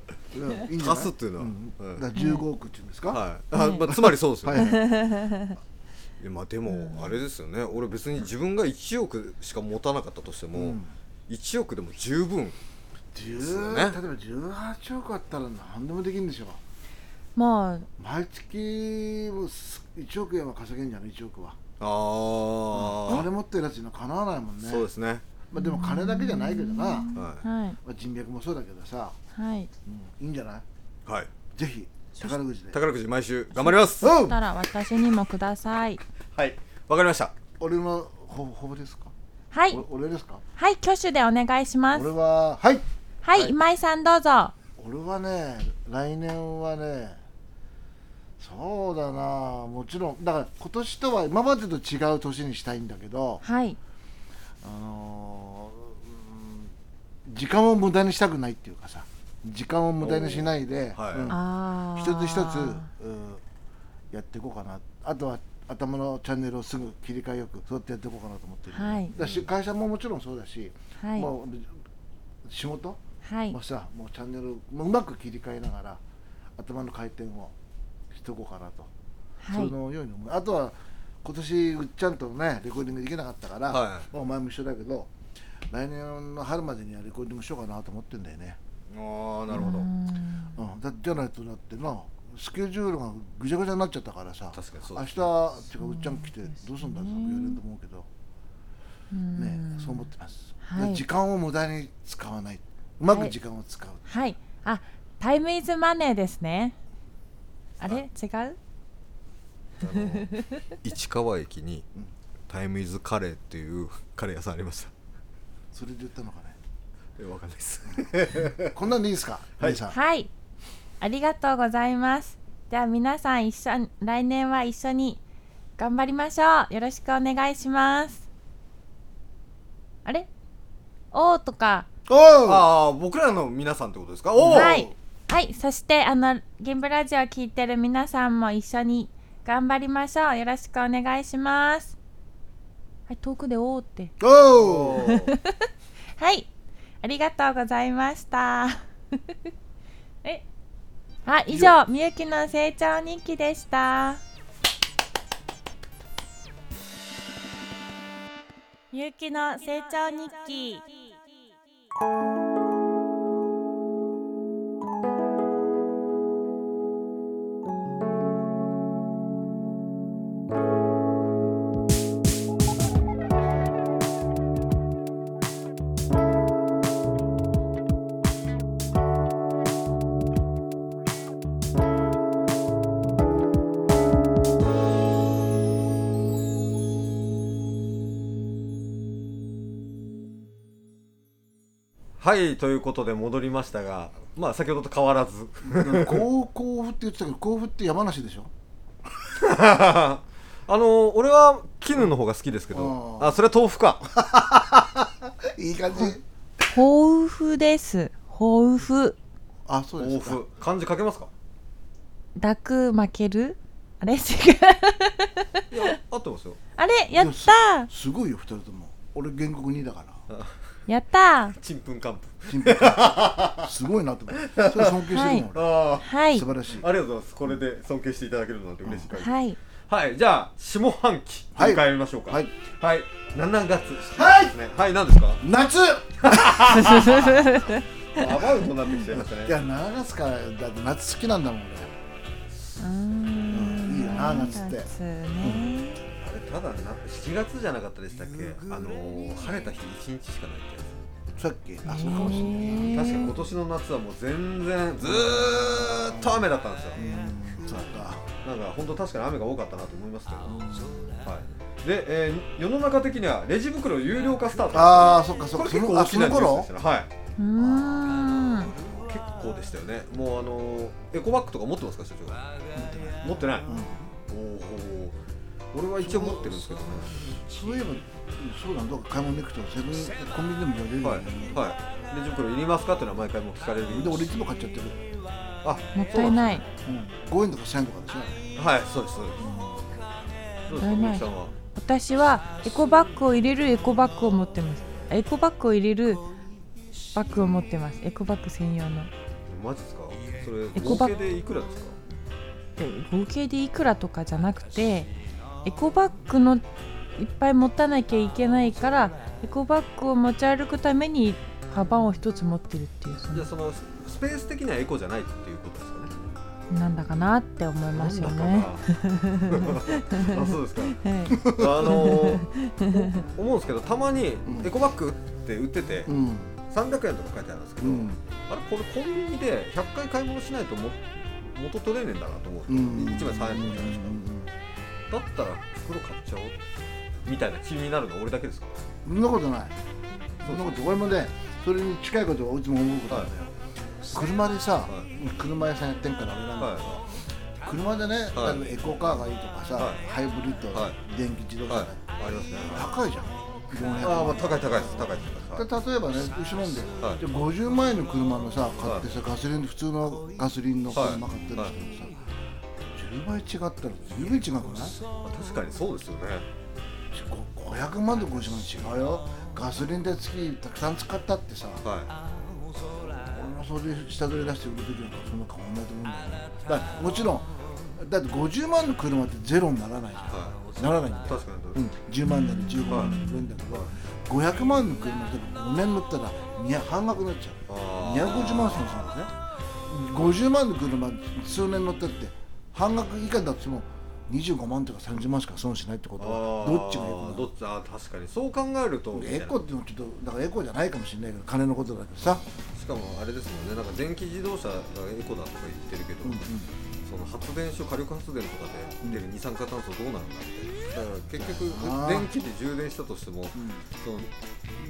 [SPEAKER 1] いいんじゃない
[SPEAKER 2] 足すっていうのは、はい
[SPEAKER 1] だから15億っていうんですか、
[SPEAKER 2] はい、あまあ、つまりそうですよ、
[SPEAKER 1] は
[SPEAKER 2] ね
[SPEAKER 1] いはい
[SPEAKER 2] いやまあでもあれですよね、俺別に自分が1億しか持たなかったとしても、1億でも十分
[SPEAKER 1] 10
[SPEAKER 2] ね
[SPEAKER 1] 例えば18億あったら何でもできるんでしょ
[SPEAKER 3] もう
[SPEAKER 1] 毎月もす1億円は稼げんじゃない1億は
[SPEAKER 2] ああ、
[SPEAKER 1] 金持ってるやつにはかなわないもんね
[SPEAKER 2] そうですね、
[SPEAKER 1] まあ、でも金だけじゃないけどな、ま
[SPEAKER 2] は
[SPEAKER 3] はい
[SPEAKER 1] あ、人脈もそうだけどさ、
[SPEAKER 3] はい
[SPEAKER 1] いいんじゃない
[SPEAKER 2] いはい、
[SPEAKER 1] ぜひ宝くじで
[SPEAKER 2] 宝くじ毎週頑張ります
[SPEAKER 1] お
[SPEAKER 3] そうしたら私にもください
[SPEAKER 2] はいわかりました
[SPEAKER 1] 俺のほほぼですか
[SPEAKER 3] はい
[SPEAKER 1] お俺ですか
[SPEAKER 3] はい挙手でお願いします
[SPEAKER 1] 俺ははい
[SPEAKER 3] はい、
[SPEAKER 2] はい
[SPEAKER 3] 今井さんどうぞ
[SPEAKER 1] 俺はね来年はねそうだなもちろんだから今年とは今までと違う年にしたいんだけど
[SPEAKER 3] はい
[SPEAKER 1] あのーうん時間を無駄にしたくないっていうかさ時間を無駄にしないで、
[SPEAKER 2] おーはい
[SPEAKER 1] うん
[SPEAKER 3] ああ
[SPEAKER 1] 一つ一つ、うんやっていこうかなあとは頭のチャンネルをすぐ切り替えよくそうやってやっていこうかなと思ってる、
[SPEAKER 3] はい
[SPEAKER 1] だし会社ももちろんそうだし、
[SPEAKER 3] はい
[SPEAKER 1] もう仕事
[SPEAKER 3] はい
[SPEAKER 1] もさもうチャンネルをもううまく切り替えながら頭の回転をしておこうかなと、
[SPEAKER 3] はい
[SPEAKER 1] そのように思うあとは今年うっちゃんとねレコーディングできなかったから、
[SPEAKER 2] は
[SPEAKER 1] まあお前も一緒だけど来年の春までにはレコーディングしようかなと思ってんだよね、
[SPEAKER 2] ああなるほど
[SPEAKER 1] うん、だってじゃないとだってなスケジュールがぐちゃぐちゃになっちゃったからさ
[SPEAKER 2] 確かにそう
[SPEAKER 1] 明
[SPEAKER 2] で
[SPEAKER 1] 日
[SPEAKER 2] す
[SPEAKER 1] てかうっちゃん来てどうすんだって言われると思うけどね、そう思ってます、
[SPEAKER 3] はい
[SPEAKER 1] 時間を無駄に使わないうまく時間を使う、
[SPEAKER 3] はい。あ、タイムイズマネーですね。あれ違う
[SPEAKER 2] あの市川駅にタイムイズカレーっていうカレー屋さんありました
[SPEAKER 1] それで言ったのかね
[SPEAKER 2] えわかんないです
[SPEAKER 1] こんなんでいいですか、
[SPEAKER 2] はい
[SPEAKER 1] 皆 さん
[SPEAKER 3] はい。ありがとうございます。では皆さん一緒に来年は一緒に頑張りましょう。よろしくお願いします。あれおーとか。
[SPEAKER 1] おう
[SPEAKER 2] ああ 僕らの皆さんってことですかおお、
[SPEAKER 3] はい。はい。そしてあの現ブラジオ聞いてる皆さんも一緒に頑張りましょう。よろしくお願いします。はい、遠くでおーって。
[SPEAKER 1] おう
[SPEAKER 2] おー
[SPEAKER 3] はい。ありがとうございました。え、あ、以上、みゆきの成長日記でした。
[SPEAKER 6] みゆきの成長日記
[SPEAKER 2] はいということで戻りましたがまあ先ほどと変わらず
[SPEAKER 1] 甲甲府って言ってたけど甲府って山梨でしょ
[SPEAKER 2] あの俺は絹の方が好きですけど
[SPEAKER 1] あー
[SPEAKER 2] あそれは豆腐か
[SPEAKER 1] いい感じ
[SPEAKER 3] 豊富です。豊富。
[SPEAKER 1] あそうで
[SPEAKER 2] 豆
[SPEAKER 1] すか
[SPEAKER 2] 腐漢字書けますか
[SPEAKER 3] 楽負けるあれ違う。
[SPEAKER 2] いや合ってますよ
[SPEAKER 3] あれやった
[SPEAKER 1] すごいよ二人とも俺原告2だから
[SPEAKER 3] やった
[SPEAKER 2] ちんぷんかんぷん
[SPEAKER 1] チンピカすごいなと思ってそれ尊敬してるもん、俺
[SPEAKER 2] あ
[SPEAKER 3] はい
[SPEAKER 1] 素。晴らしい
[SPEAKER 2] あありがとうございますこれで尊敬していただけるなんて嬉しい限り
[SPEAKER 3] はい。
[SPEAKER 2] はい、じゃあ下半期
[SPEAKER 1] はい
[SPEAKER 2] 振り返りましょうか。
[SPEAKER 1] はい、
[SPEAKER 2] はい、7月7月ですね。はい、何ですか？
[SPEAKER 1] 夏
[SPEAKER 2] アバウトになってきちゃいました
[SPEAKER 1] い
[SPEAKER 2] ね。
[SPEAKER 1] や長すからだって夏好きなんだもん俺
[SPEAKER 3] うーん
[SPEAKER 1] いいよな夏って
[SPEAKER 3] 夏ね。
[SPEAKER 2] あれただな7月じゃなかったでしたっけ？あのー、晴れた日1日しかないってや
[SPEAKER 1] さっきあそうかもしれない
[SPEAKER 2] つ。確か今年の夏はもう全然ずーっと雨だったんですよ。
[SPEAKER 1] うんそうだ
[SPEAKER 2] なんか本当確かに雨が多かったなと思いますけど。はい。で、えー世の中的にはレジ袋有料化スタート。
[SPEAKER 1] ああそっかそっ
[SPEAKER 2] こ
[SPEAKER 1] か
[SPEAKER 2] れ結構大きなニュースでしたね。はい。
[SPEAKER 3] うーん。
[SPEAKER 2] 結構でしたよねもうあのエコバッグとか持ってますか社長持ってないおー俺は一応持ってるんですけどね
[SPEAKER 1] そういえばそうなんだ買い物に行くとセブンコンビニでもや
[SPEAKER 2] は
[SPEAKER 1] れるよ
[SPEAKER 2] い
[SPEAKER 1] ね、
[SPEAKER 2] はいレジ袋いりますかっていうのは毎回もう聞かれる
[SPEAKER 1] で俺いつも買っちゃってる、
[SPEAKER 2] あ
[SPEAKER 3] もったい
[SPEAKER 2] い
[SPEAKER 3] ない。
[SPEAKER 1] うん、5円とか1000円とかでしょ
[SPEAKER 2] はいそうですそうですどうですかみゆ
[SPEAKER 3] もったいない
[SPEAKER 2] きさんは
[SPEAKER 3] 私はエコバッグを入れるエコバッグを持ってますエコバッグを入れるバッグを持ってますエコバッグ専用の
[SPEAKER 2] マジですかそれ
[SPEAKER 3] エコ
[SPEAKER 2] 合
[SPEAKER 3] バッ
[SPEAKER 2] 計でいくらですか
[SPEAKER 3] え合計でいくらとかじゃなくてエコバッグのいっぱい持たなきゃいけないからエコバッグを持ち歩くためにカバンを一つ持ってるっていうそ
[SPEAKER 2] じゃあそのススペース的にはエコじゃないっていうことですかね
[SPEAKER 3] のなんだかなって思いますよ
[SPEAKER 2] なん
[SPEAKER 3] ね
[SPEAKER 2] だかなあそうですか
[SPEAKER 3] はい
[SPEAKER 2] あのーお思うんですけどたまにエコバッグって売ってて、
[SPEAKER 1] うん
[SPEAKER 2] 300円とか書いてあるんですけ
[SPEAKER 1] う
[SPEAKER 2] ど、
[SPEAKER 1] ん
[SPEAKER 2] あれこれコンビニで100回買い物しないとも元取れねえんだなと思って、
[SPEAKER 1] うん
[SPEAKER 2] 1枚3円じゃないですかだったら袋買っちゃおうみたいな気になるの俺だけですか
[SPEAKER 1] そんなことないそんなこと俺もねそれに近いことをいつも思うことなんだよ、車でさ、
[SPEAKER 2] は
[SPEAKER 1] 車屋さんやってるから俺なんか、
[SPEAKER 2] は
[SPEAKER 1] 車でね、例えばエコカーがいいとかさ、
[SPEAKER 2] はい
[SPEAKER 1] ハイブリッド、
[SPEAKER 2] はい
[SPEAKER 1] 電気自動
[SPEAKER 2] い
[SPEAKER 1] 車、
[SPEAKER 2] はいありますね
[SPEAKER 1] 高いじゃん
[SPEAKER 2] あ
[SPEAKER 1] 400
[SPEAKER 2] ー、まあ、高い高いです高いです高いです、
[SPEAKER 1] で例えばね後ろんで、
[SPEAKER 2] はい
[SPEAKER 1] じゃあ50万円の車のさ買ってさ、ガソリン普通のガソリンの車買ってるんですけどさ、10倍違ったら十分違くない
[SPEAKER 2] まあ確かにそうですよね
[SPEAKER 1] こ500万と50万違うよガソリンで月たくさん使ったってさ
[SPEAKER 2] は
[SPEAKER 1] 俺もそれで下取り出して売る時なんかそんな変わんないと思うんだよねだからもちろんだって50万の車ってゼロにならない
[SPEAKER 2] い、
[SPEAKER 1] じ
[SPEAKER 2] は
[SPEAKER 1] ゃんならないんだよ
[SPEAKER 2] い、確かに、
[SPEAKER 1] うん、10万なり15万なり売るんだけど、500万の車でも5年乗ったら200半額になっち
[SPEAKER 2] あ
[SPEAKER 1] ゃう250万損するんですね50万の車数年乗ったって半額以下だとしても25万とか30万しか損しないってことは
[SPEAKER 2] あ
[SPEAKER 1] どっちがエコ
[SPEAKER 2] あ
[SPEAKER 1] な
[SPEAKER 2] ど
[SPEAKER 1] の
[SPEAKER 2] っちあー確かにそう考えると
[SPEAKER 1] エコってのはちょっとだからエコじゃないかもしれないけど金のことだけどさ、
[SPEAKER 2] しかもあれですもんねなんか電気自動車がエコだとか言ってるけど、
[SPEAKER 1] うんうん
[SPEAKER 2] その発電所火力発電とかで出る二酸化炭素どうなるんだってだから結局
[SPEAKER 1] あー
[SPEAKER 2] 電気で充電したとしても、
[SPEAKER 1] うん
[SPEAKER 2] その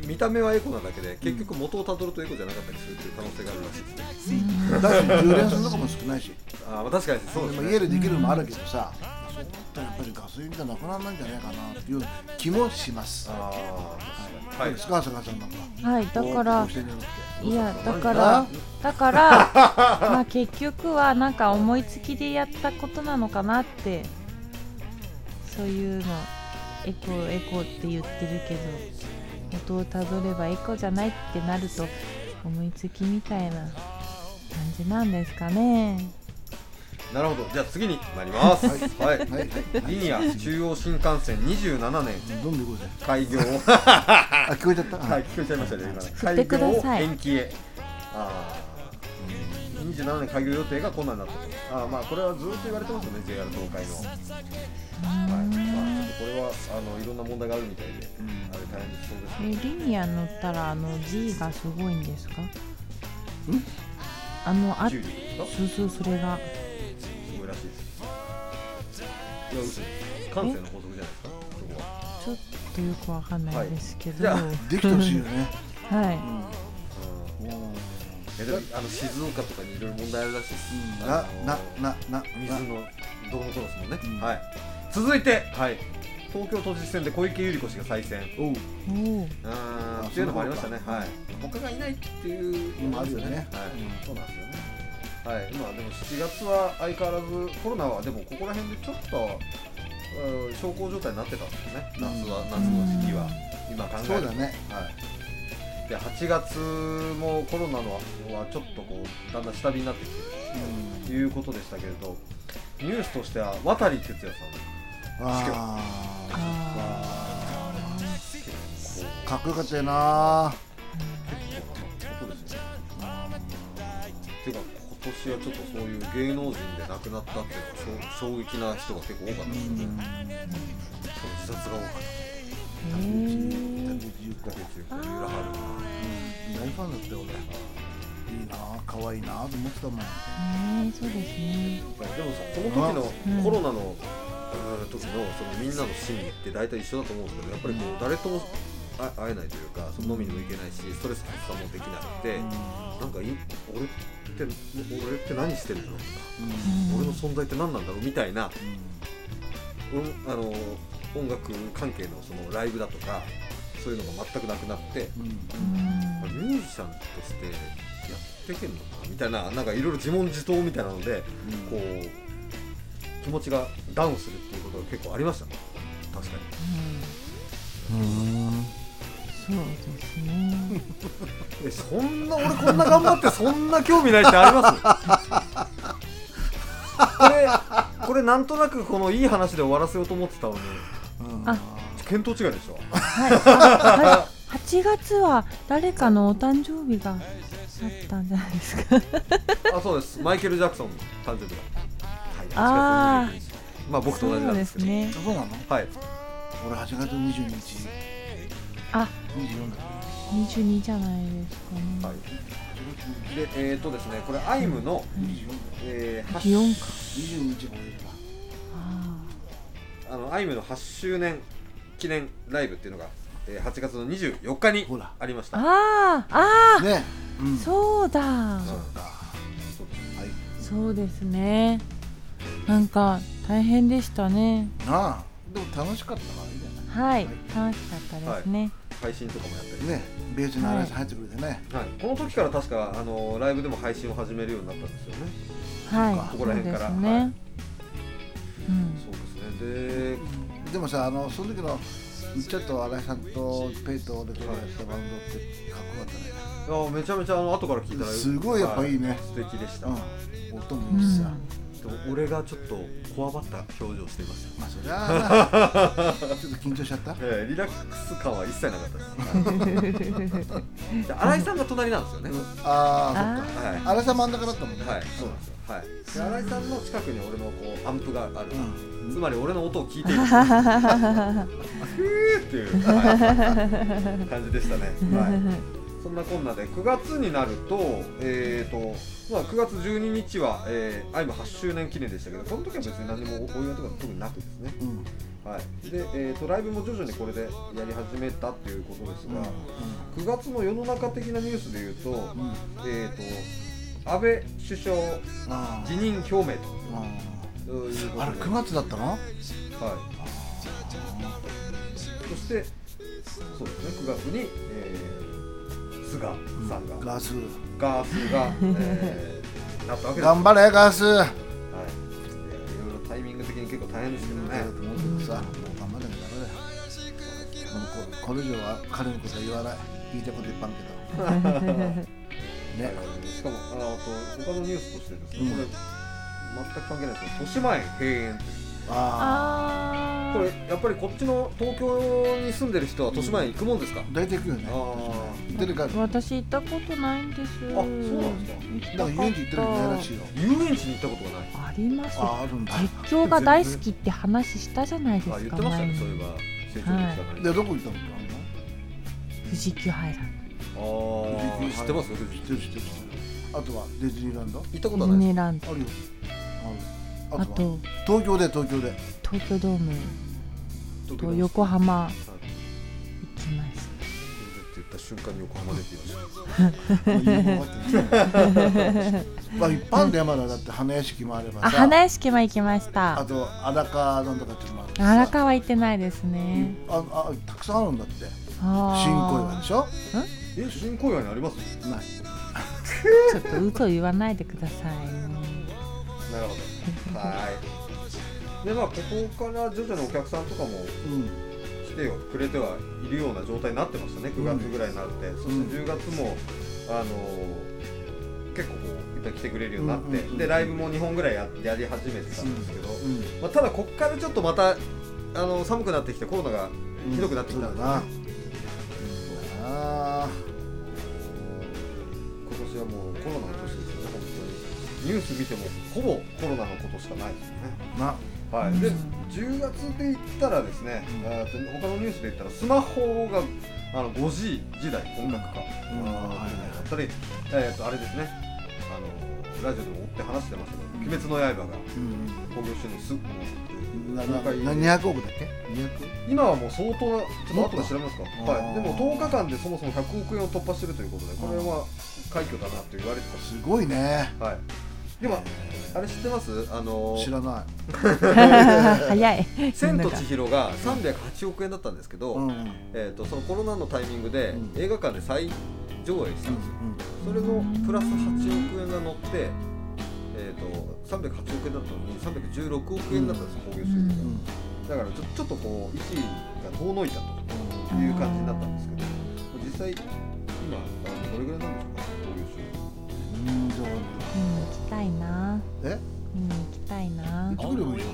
[SPEAKER 2] 見た目はエコなだけで結局元をたどるとエコじゃなかったりするっていう可能性があるらしいですね、
[SPEAKER 1] だし充電するとこも少ないし
[SPEAKER 2] あーまあ確かにそうです
[SPEAKER 1] でも
[SPEAKER 2] ね
[SPEAKER 1] 家でできるのもあるけどさそう思ったらやっぱりガソリンじゃなくならないんじゃないかなっていう気もします
[SPEAKER 2] ああ
[SPEAKER 1] は、
[SPEAKER 2] はいい、
[SPEAKER 1] スカーサカさんなんか
[SPEAKER 3] はいだか
[SPEAKER 1] おー
[SPEAKER 3] ら
[SPEAKER 1] って教えてやろうって
[SPEAKER 3] いやだか
[SPEAKER 1] あ
[SPEAKER 3] らだから まあ結局はなんか思いつきでやったことなのかなってそういうのエコエコって言ってるけど元をたどればエコじゃないってなると思いつきみたいな感じなんですかね
[SPEAKER 2] なるほどじゃあ次に参りますはい、
[SPEAKER 1] はい はい
[SPEAKER 2] リニア中央新幹線27年
[SPEAKER 1] どんどん行こうぜ
[SPEAKER 2] 開 業を
[SPEAKER 1] あ聞こえちゃった、
[SPEAKER 2] はい、聞こえちゃいましたね、今。
[SPEAKER 3] 振ってくださ
[SPEAKER 2] 開業
[SPEAKER 3] い
[SPEAKER 2] を延期へ。ああ。27年開業予定が困難になったと。ああ、まあ、これはずっと言われてますよね、JR 東海の。はい、まあ、ちょっとこれは、あの、いろんな問題があるみたいで、あれ大変そうですね。
[SPEAKER 3] えリニア乗ったらあの G がすごいんですかあのあ
[SPEAKER 2] 10時ですか。す
[SPEAKER 3] そうそうそれが
[SPEAKER 2] ごいらしいです。いや、嘘。関西の法則じゃないですか。そこは。
[SPEAKER 3] ちょっとよくわかんないですけど、
[SPEAKER 2] はい
[SPEAKER 3] は
[SPEAKER 2] じゃ
[SPEAKER 1] できてほしい
[SPEAKER 2] うん
[SPEAKER 1] よね、
[SPEAKER 3] い
[SPEAKER 1] うん、
[SPEAKER 2] え、でも、あの、静岡とかにいろいろ問題あるらしいです。
[SPEAKER 1] な
[SPEAKER 2] あの
[SPEAKER 1] ななな
[SPEAKER 2] 水
[SPEAKER 1] な
[SPEAKER 2] のドームコロスもね、
[SPEAKER 1] うん
[SPEAKER 2] はい続いて、はい、東京都知事選で小池百合子氏が再選
[SPEAKER 1] おう
[SPEAKER 3] おー
[SPEAKER 2] うーんっていうのもありましたねはい他がいないっていうのもあるよね
[SPEAKER 1] うん
[SPEAKER 2] はい、そうなんですよねはいまあでも7月は相変わらずコロナはでもここら辺でちょっとうん小康状態になってたんですよね夏は夏の時期は今考えると
[SPEAKER 1] そうだね
[SPEAKER 2] はい、で8月もコロナのはちょっとこうだんだん下火になってきてるということでしたけれどニュースとしては渡哲也さん
[SPEAKER 1] あー
[SPEAKER 3] あ
[SPEAKER 1] あ
[SPEAKER 2] 結構
[SPEAKER 1] ーかっこよかったよな
[SPEAKER 2] 結構なことですよね。ていうか今年はちょっとそういう芸能人で亡くなったっていうのが衝衝撃な人が結構多かったですよね。そう自殺が多かった。
[SPEAKER 3] ーへえ
[SPEAKER 1] 竹内優子
[SPEAKER 2] 竹内結子、三浦春馬。
[SPEAKER 1] 大ファンだったよ俺いいなあ可愛いなあと思ってたもん
[SPEAKER 3] ねそうですね。
[SPEAKER 2] でもさこの時のコロナの、うん時のそのみんなの心理って大体一緒だと思うんですけどやっぱりこう誰ともあ会えないというかその飲みにも行けないしストレス発散もできなくて、なんかい俺って俺って何してるのとか、俺の存在って何なんだろうみたいな、俺もあの音楽関係のそのライブだとかそういうのが全くなくなって、ミュージシャンとしてやってけんのかなみたいななんかいろいろ自問自答みたいなので、こう気持ちがダウンするっていうことが結構ありましたね確かに
[SPEAKER 3] そうですね。
[SPEAKER 2] えそんな俺こんな頑張ってそんな興味ないってありますこれこれなんとなくこのいい話で終わらせようと思ってたのに
[SPEAKER 3] あ、
[SPEAKER 2] 見当違いでしょ
[SPEAKER 3] はい。あはい8月は誰かのお誕生日があったんじゃないですか。
[SPEAKER 2] あそうですマイケル・ジャクソンの誕生日がはい
[SPEAKER 3] あー
[SPEAKER 2] 8月22日まあ僕と同じなんですけど
[SPEAKER 3] そうですね。
[SPEAKER 1] そうなの
[SPEAKER 2] はい
[SPEAKER 1] 俺8月22日
[SPEAKER 3] あ、
[SPEAKER 1] 24だ
[SPEAKER 3] 22じゃないですかね。
[SPEAKER 2] はい、で、えー、とですね、これ、アイムの、
[SPEAKER 1] 24だ
[SPEAKER 2] えー、
[SPEAKER 3] 気温
[SPEAKER 2] 8
[SPEAKER 3] か。
[SPEAKER 1] 22日が俺だ
[SPEAKER 3] あ
[SPEAKER 2] あのアイムの8周年記念ライブっていうのが、えー、8月の24日に
[SPEAKER 1] ほら
[SPEAKER 2] ありました。うん
[SPEAKER 3] あー、あ
[SPEAKER 1] ねうん
[SPEAKER 3] ー、そうだ。
[SPEAKER 2] そうです
[SPEAKER 3] そうですね。なんか大変でしたね。
[SPEAKER 1] なあでも楽しかったからいいじゃ
[SPEAKER 3] はい、楽しかったですね。
[SPEAKER 2] 配信とかもやったり、
[SPEAKER 1] ないねベースの話入ってくれてね
[SPEAKER 2] はい、この時から確か、あのライブでも配信を始めるようになったんですよね。
[SPEAKER 3] はい、
[SPEAKER 2] ここ
[SPEAKER 3] そ
[SPEAKER 2] ら
[SPEAKER 3] う
[SPEAKER 2] 辺か
[SPEAKER 3] で
[SPEAKER 2] ら
[SPEAKER 3] す
[SPEAKER 2] は
[SPEAKER 3] ね
[SPEAKER 2] い。
[SPEAKER 3] うん。
[SPEAKER 2] そうですね、
[SPEAKER 1] でもさあのその時のちょっと新井さんとペイと俺とやったバンドってかっこよかったね
[SPEAKER 2] で、あーめちゃめちゃあの後から聞いたら、
[SPEAKER 1] すごいやっぱいいね
[SPEAKER 2] は素敵でした。
[SPEAKER 1] うん、音もいいしさ、
[SPEAKER 2] と俺がちょっとこわばった表情していました、
[SPEAKER 1] まあそりゃ あちょっと緊張しちゃった
[SPEAKER 2] えーリラックス感は一切なかったですで新井さんが隣なんですよね、
[SPEAKER 1] あ
[SPEAKER 3] あ
[SPEAKER 2] はい
[SPEAKER 1] あそっか荒井さん真ん中だったもんね
[SPEAKER 2] はい、そうなんですよ。はい。で新井さんの近くに俺のこうアンプがある。つまり俺の音を聞い ている。ふーっていう、はい感じでしたね。はい。そんなこんなで9月になると、えーと、まあ9月12日は、えー、アイム8周年記念でしたけど、この時は別に何もお祝いとか特になくですね。
[SPEAKER 1] うんうん
[SPEAKER 2] はい。で、えーとライブも徐々にこれでやり始めたっていうことですが、9月の世の中的なニュースで言うと、
[SPEAKER 1] うん
[SPEAKER 2] えーと安倍首相
[SPEAKER 1] あ
[SPEAKER 2] 辞任表明
[SPEAKER 1] あ
[SPEAKER 2] ということで
[SPEAKER 1] あれ9月だったの
[SPEAKER 2] はい、そしてそうですね9月に、えー、菅さんが、
[SPEAKER 1] ガス
[SPEAKER 2] ガースが、えー、なったわけです、はい
[SPEAKER 1] 頑張れガス
[SPEAKER 2] えーいろいろタイミング的に結構大変ですけどね、
[SPEAKER 1] さもう頑張れ頑張れもうここれ以上は彼のことは言わない言いたいこといっぱいあ るけどね
[SPEAKER 2] はいしかもあのあと他のニュースとしてですね、これ全く関係ないですけど豊島園閉園という
[SPEAKER 1] ああ
[SPEAKER 3] あ
[SPEAKER 2] これやっぱりこっちの東京に住んでる人は豊島園行くもんですか、
[SPEAKER 1] 大体行くよね
[SPEAKER 2] ああ
[SPEAKER 1] 行ってるからだか
[SPEAKER 3] 私行ったことないんです
[SPEAKER 2] あそうなんですから
[SPEAKER 1] 遊園地行ってるみたいらしいよ
[SPEAKER 2] 遊園地に行ったことがない
[SPEAKER 3] あります
[SPEAKER 1] ああるんだ
[SPEAKER 3] 絶叫が大好きって話したじゃないですか
[SPEAKER 2] あ言ってましたね
[SPEAKER 3] 前
[SPEAKER 2] そういえば成長できたから
[SPEAKER 1] でどこ行ったの
[SPEAKER 3] 富士急ハイラン
[SPEAKER 2] あー知ってます
[SPEAKER 1] 知ってる知ってるあとはディズニーランド
[SPEAKER 2] 行ったこと
[SPEAKER 3] ドデ
[SPEAKER 2] はな
[SPEAKER 3] ィズ
[SPEAKER 2] い
[SPEAKER 3] ニ
[SPEAKER 2] で
[SPEAKER 3] ーランド
[SPEAKER 1] あるよある
[SPEAKER 3] あ
[SPEAKER 1] あとは
[SPEAKER 3] と
[SPEAKER 1] 東京で東京で
[SPEAKER 3] 東京ドーム
[SPEAKER 2] す
[SPEAKER 3] と横浜
[SPEAKER 2] 東京で
[SPEAKER 3] 行きまし
[SPEAKER 2] って言った瞬間に横浜でって言いました
[SPEAKER 1] まあいっぱいあるんだよまだだって花屋敷もあれば
[SPEAKER 3] たあ
[SPEAKER 1] さ
[SPEAKER 3] 花屋敷も行きまし
[SPEAKER 1] あ
[SPEAKER 3] た
[SPEAKER 1] と荒川なんとかっていうのもあるしさ
[SPEAKER 3] 荒川行ってないですね
[SPEAKER 1] ああたくさんあるんだって
[SPEAKER 3] あー
[SPEAKER 1] 新小岩でしょ
[SPEAKER 2] え新小岩にあります
[SPEAKER 1] ない
[SPEAKER 3] ちょっと嘘言わないでください ね
[SPEAKER 2] なるほどはいでまあここから徐々にお客さんとかも
[SPEAKER 1] うん
[SPEAKER 2] 来てよくれてはいるような状態になってましたね9月ぐらいになって、そして10月もあのー結構こういっぱい来てくれるようになって、
[SPEAKER 1] うんうんうん
[SPEAKER 2] でライブも2本ぐらいややり始めてたんですけど、
[SPEAKER 1] うん
[SPEAKER 2] まあ、ただこっからちょっとまたあの寒くなってきてコロナがひどくなってきたん
[SPEAKER 1] そう
[SPEAKER 2] で、
[SPEAKER 1] だなそうだな
[SPEAKER 2] 今年はもうコロナの年ですよね本当にニュース見てもほぼコロナのことしかないですよね
[SPEAKER 1] な
[SPEAKER 2] はいで10月で言ったらですね、
[SPEAKER 1] うん
[SPEAKER 2] あーと他のニュースで言ったらスマホがあの 5G 時代本格化、
[SPEAKER 1] うんうん
[SPEAKER 2] あーというのがあったり、えー、とあれですねあのラジオでも追って話してましたけど「鬼滅の刃」が
[SPEAKER 1] うん
[SPEAKER 2] 興行収入すっ
[SPEAKER 1] なな
[SPEAKER 2] 公開
[SPEAKER 1] 200億だっけ200
[SPEAKER 2] 今はもう相当なちょっと後で調べますか、
[SPEAKER 1] もっと
[SPEAKER 2] はい、でも10日間でそもそも100億円を突破してるということでこれは快挙だなと言われてたし、
[SPEAKER 1] すごいね
[SPEAKER 2] はい、でもあれ知ってますあの
[SPEAKER 1] 知らない
[SPEAKER 3] 早い
[SPEAKER 2] 「千と千尋」が308億円だったんですけど、
[SPEAKER 1] うんうん
[SPEAKER 2] えー、とそのコロナのタイミングで
[SPEAKER 1] うん
[SPEAKER 2] 映画館で再上映したんですよそれのプラス8億円が乗って、えー、と308億円だったのに316億円だったんですよ興行収入が、
[SPEAKER 1] うん
[SPEAKER 2] だからちょちょっとこう1位が遠のいたと。いう感じになったんですけど、実際、今、あのどれぐらいなんでしょうか、こういう収入
[SPEAKER 1] うんじゃ
[SPEAKER 3] 見に行きたいな
[SPEAKER 1] あえ
[SPEAKER 3] 見に行きたいな
[SPEAKER 1] 行ってくればいいじゃん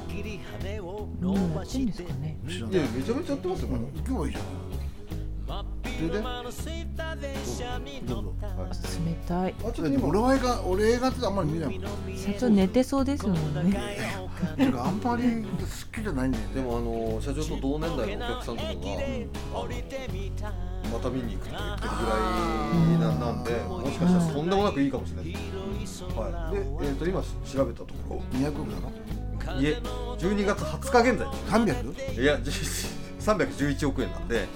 [SPEAKER 3] もうやってんですかね
[SPEAKER 1] 知ら
[SPEAKER 2] い
[SPEAKER 1] ない
[SPEAKER 2] や、めちゃめちゃやってますよ、まだ
[SPEAKER 1] 行けばいいじゃんそれで
[SPEAKER 2] はい
[SPEAKER 1] どうぞ
[SPEAKER 3] 冷たい
[SPEAKER 2] あちょ
[SPEAKER 1] だ
[SPEAKER 2] っと
[SPEAKER 1] って
[SPEAKER 2] 今、
[SPEAKER 1] 俺は映画俺映画ってあんまり見ないもん
[SPEAKER 3] 社長寝てそうですもんね
[SPEAKER 1] ていうかあんまり好きじゃないんだよね
[SPEAKER 2] でも、あの社長と同年代のお客さんとかが、あのまた見に行くって言ってるぐらいななんで、もしかしたらとんでもなくいいかもしれないです。はい、で、えー、と今、調べたとこ
[SPEAKER 1] 200億だろ
[SPEAKER 2] ろ、いえ、12月20日現在
[SPEAKER 1] 300?
[SPEAKER 2] いや、311億円なんで、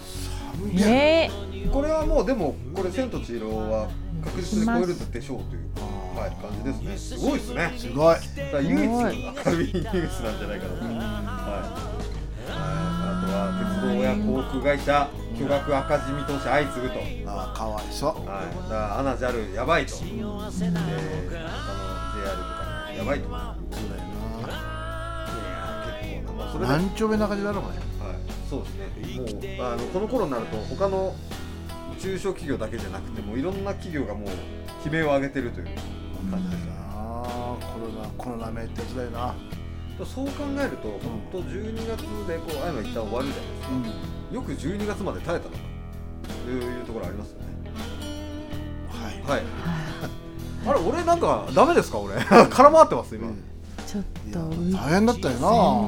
[SPEAKER 3] え
[SPEAKER 2] これはもう、でも、これ、千と千尋は確実に超えるでしょうという、はい、感じですね。すごいですね。
[SPEAKER 1] すご
[SPEAKER 2] だ
[SPEAKER 1] い
[SPEAKER 2] から唯一の明るいニュースなんじゃないかなと、はい、あとは鉄道や航空会社巨額赤字見通し相次ぐと、はい、
[SPEAKER 1] あーかわいそう
[SPEAKER 2] だからアナ JAL やばいと、えー、他の JR とかやばいということでいやー結構な、まあ、それで、はい、
[SPEAKER 1] 何丁目中地だろこれ
[SPEAKER 2] そうですねもうあのこの頃になると他の中小企業だけじゃなくてもういろんな企業がもう悲鳴を上げてるという感じですね
[SPEAKER 1] ああコロナこのラーメン手伝いな
[SPEAKER 2] そう考えると本当12月でこうあいま一旦終わるじゃないですか
[SPEAKER 1] うん
[SPEAKER 2] よく12月まで耐えたのかというところありますよね
[SPEAKER 1] はい
[SPEAKER 2] はい あれ俺なんかダメですか俺 空回ってます今、
[SPEAKER 1] うん
[SPEAKER 3] ちょっ
[SPEAKER 1] いや
[SPEAKER 3] と浮いて
[SPEAKER 1] 大変だったよな、
[SPEAKER 3] はい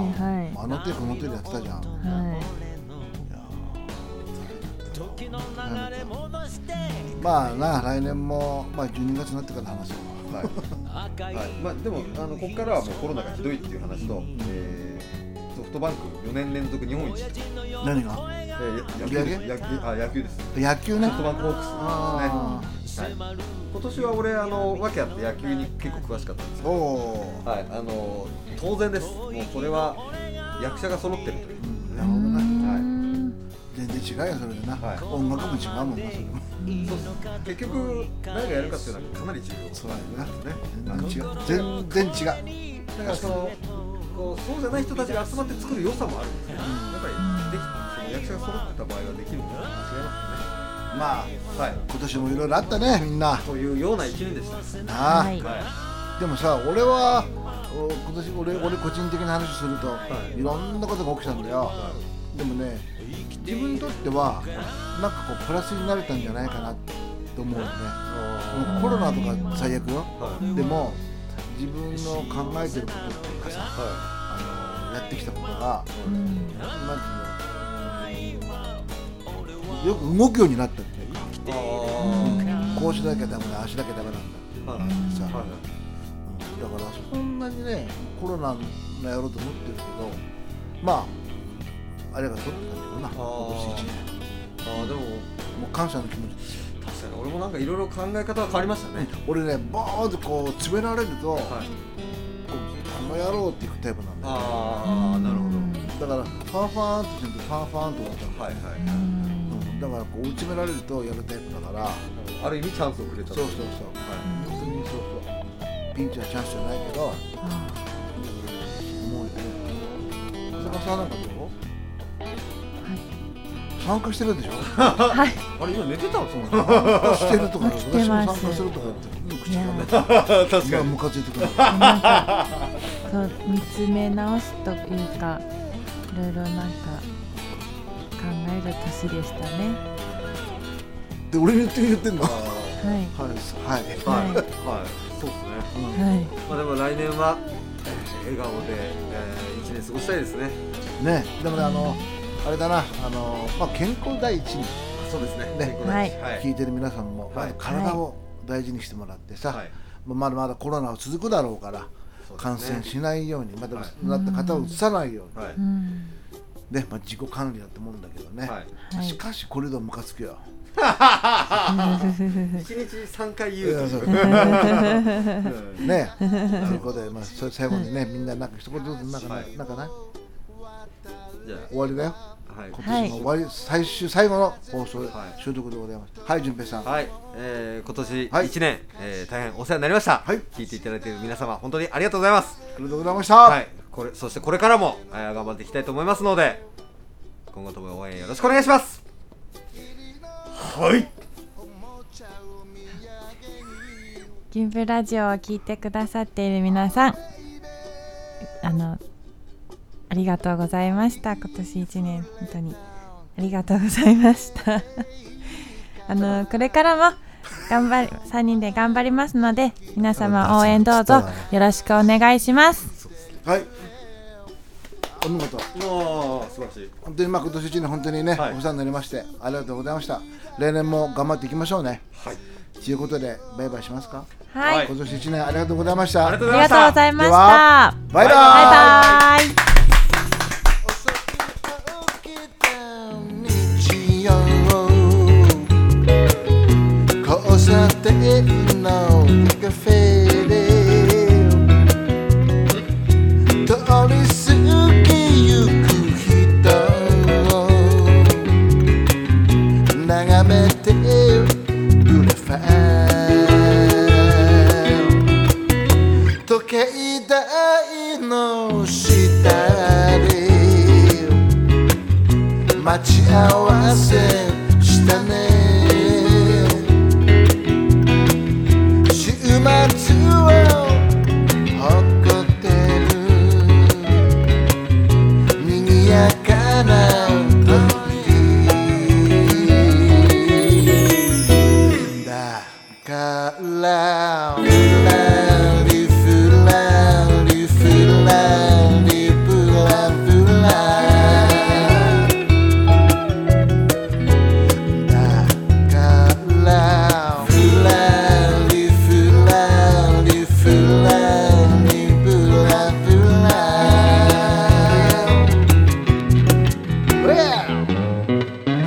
[SPEAKER 1] あの手この手でやってたじゃんい
[SPEAKER 3] は
[SPEAKER 1] や大変だったまあな来年も、まあ、12月になってから話そう
[SPEAKER 2] はい、はい、まあでもあのここからはもうコロナがひどいっていう話と、えーソフトバンク4年連続日本一、
[SPEAKER 1] 何が
[SPEAKER 2] えー、や野
[SPEAKER 1] 売り
[SPEAKER 2] 球です野
[SPEAKER 1] 上げ
[SPEAKER 2] 球あ野球です
[SPEAKER 1] 野球ね
[SPEAKER 2] ソフトバンクホークス
[SPEAKER 1] あ
[SPEAKER 2] ですね、はい、今年は俺あの訳あって野球に結構詳しかったんです
[SPEAKER 1] おおー
[SPEAKER 2] はいあの当然ですもうこれは役者が揃ってるという
[SPEAKER 1] なるほど
[SPEAKER 3] い。うー
[SPEAKER 1] ね
[SPEAKER 3] ん
[SPEAKER 1] 全然違うよそれでな、
[SPEAKER 2] はい
[SPEAKER 1] 音楽も違うもんな それも
[SPEAKER 2] そうです結局何がやるかっていうのはかなり重要です
[SPEAKER 1] そうだよな
[SPEAKER 2] ね
[SPEAKER 1] 全然違う全然違う
[SPEAKER 2] だからそのこうそうじゃない人たちが集まって作る良さもあるんですね、やっぱりできその役者が揃ってた場合はできるのが違いま
[SPEAKER 1] まあ
[SPEAKER 2] すねはい
[SPEAKER 1] 今年もいろいろあったねみんな
[SPEAKER 2] というような一年でした
[SPEAKER 1] なあ、
[SPEAKER 3] はい。
[SPEAKER 2] は
[SPEAKER 1] でもさ俺はお今年俺俺個人的な話すると、
[SPEAKER 2] い
[SPEAKER 1] い、ろんなことが起きたんだよ、でもね自分にとってはなんかこうプラスになれたんじゃないかなと思うよね
[SPEAKER 2] い
[SPEAKER 1] もうコロナとか最悪よ
[SPEAKER 2] はい
[SPEAKER 1] でも自分の考えてることっていうかさ
[SPEAKER 2] は
[SPEAKER 1] あのやってきたことが
[SPEAKER 3] うん
[SPEAKER 1] なんていうのよく動くようになったっていうか
[SPEAKER 2] いあ
[SPEAKER 1] こうしなきゃダメだああしなきゃダメなんだっていうのがあってさ、
[SPEAKER 2] あはい
[SPEAKER 1] だからそんなにねコロナのやろうと思ってるけどまああれがそうって感じかな今年一年
[SPEAKER 2] あーでも
[SPEAKER 1] もう感謝の気持ちですよ
[SPEAKER 2] 確かに俺もなんかいろいろ考え方が変わりましたね
[SPEAKER 1] 俺ねボーンとこう詰められると、
[SPEAKER 2] はい
[SPEAKER 1] こうこの野郎っていくタイプなんだよ
[SPEAKER 2] ああなるほど
[SPEAKER 1] だからファンファンって言ってファンファンと終わっちゃう
[SPEAKER 2] はいは
[SPEAKER 3] う
[SPEAKER 2] い
[SPEAKER 3] ん
[SPEAKER 1] うんだからこう追い詰められるとやるタイプだから
[SPEAKER 2] ある意味チャンスをくれた
[SPEAKER 1] そう
[SPEAKER 2] と
[SPEAKER 1] そ
[SPEAKER 2] いう
[SPEAKER 1] そう
[SPEAKER 2] は
[SPEAKER 1] 本当にそうそうピンチはチャンスじゃないけど
[SPEAKER 3] あ
[SPEAKER 1] 思うよね浅香さんなんかどう
[SPEAKER 3] はい
[SPEAKER 1] 参加してるでしょ
[SPEAKER 3] はい。
[SPEAKER 2] いあれ今寝てたんですか
[SPEAKER 1] 参加してるとか、
[SPEAKER 3] 起き
[SPEAKER 1] 私
[SPEAKER 3] て
[SPEAKER 1] も
[SPEAKER 3] ま
[SPEAKER 1] 参
[SPEAKER 3] す
[SPEAKER 1] 加するとか言って、口
[SPEAKER 3] い
[SPEAKER 1] が
[SPEAKER 3] や
[SPEAKER 1] ね、
[SPEAKER 2] 確
[SPEAKER 1] 今ムカついてくる。
[SPEAKER 3] なんかそう見つめ直すというか、いろいろなんか考える年でしたね。
[SPEAKER 1] で、俺に言って言ってんの。はい、
[SPEAKER 3] はい。
[SPEAKER 1] はい、
[SPEAKER 2] はいはいそうですね
[SPEAKER 3] はい。
[SPEAKER 2] まあでも来年はえー笑顔で、えー、1年過ごしたいですね
[SPEAKER 1] ね、でもね、あの、あれだな、あの、まあ、健康第一に、
[SPEAKER 2] そうですね
[SPEAKER 1] ね
[SPEAKER 2] はい
[SPEAKER 1] 聞いてる皆さんも、
[SPEAKER 2] はい
[SPEAKER 1] あの体を大事にしてもらってさ。
[SPEAKER 2] はい
[SPEAKER 1] まあまだまだコロナは続くだろうから、
[SPEAKER 2] そうですね
[SPEAKER 1] 感染しないように、まあ、でも
[SPEAKER 2] は、い
[SPEAKER 1] なった方を移さないように、
[SPEAKER 2] はい
[SPEAKER 3] うん。
[SPEAKER 1] ね、まあ、自己管理だってもんだけどね。
[SPEAKER 2] はい
[SPEAKER 3] はい
[SPEAKER 1] しかし、これでもムカつくよ。
[SPEAKER 2] 一日三回言うと
[SPEAKER 1] いやそ う
[SPEAKER 2] うん
[SPEAKER 1] ね、ということで、まあ、それ最後にね、みんななんか一言ずつ、なんか、
[SPEAKER 2] はい
[SPEAKER 1] なんかない、
[SPEAKER 2] じゃ
[SPEAKER 1] 終わりだよ。
[SPEAKER 2] あはい
[SPEAKER 1] 今年の終わり、最終、最後の放送、
[SPEAKER 2] はい
[SPEAKER 1] 収録でございます。はい、順平さん。
[SPEAKER 2] はい、えー、今年
[SPEAKER 1] はい
[SPEAKER 2] 一年、えー、大変お世話になりました、
[SPEAKER 1] はい
[SPEAKER 2] 聞いていただいている皆様本当にありがとうございます
[SPEAKER 1] ありがとうございました。
[SPEAKER 2] はいこれそしてこれからも、えー、頑張っていきたいと思いますので今後とも応援よろしくお願いしますはい
[SPEAKER 3] 金プラジオを聞いてくださっている皆さんあのありがとうございました今年1年本当にありがとうございました あのこれからも頑張り3人で頑張りますので皆様応援どうぞよろしくお願いします
[SPEAKER 1] はい。お見事。
[SPEAKER 2] もう素晴らしい
[SPEAKER 1] 本当に、まあ、今年一年、本当にね、
[SPEAKER 2] はい
[SPEAKER 1] お世話になりまして、ありがとうございました。例年も頑張っていきましょうね。
[SPEAKER 2] はい
[SPEAKER 1] ということで、バイバイしますか。
[SPEAKER 3] はい、
[SPEAKER 2] はい
[SPEAKER 1] 今年一年、ありがとうございました。
[SPEAKER 2] ありがとう
[SPEAKER 3] あ
[SPEAKER 2] ご
[SPEAKER 3] り
[SPEAKER 2] ざいま
[SPEAKER 3] が
[SPEAKER 2] した
[SPEAKER 3] とうございました
[SPEAKER 1] バイバイ。
[SPEAKER 3] バイバイ
[SPEAKER 1] 朝起きた日曜交差点のカフェで通り過ぎゆく人を眺めてグラファン時計台の下で待ち合わせしたね週末を北やかな時だからふらりふらりふらりふらふらだからふらりふらりふらりふらふら Yeah!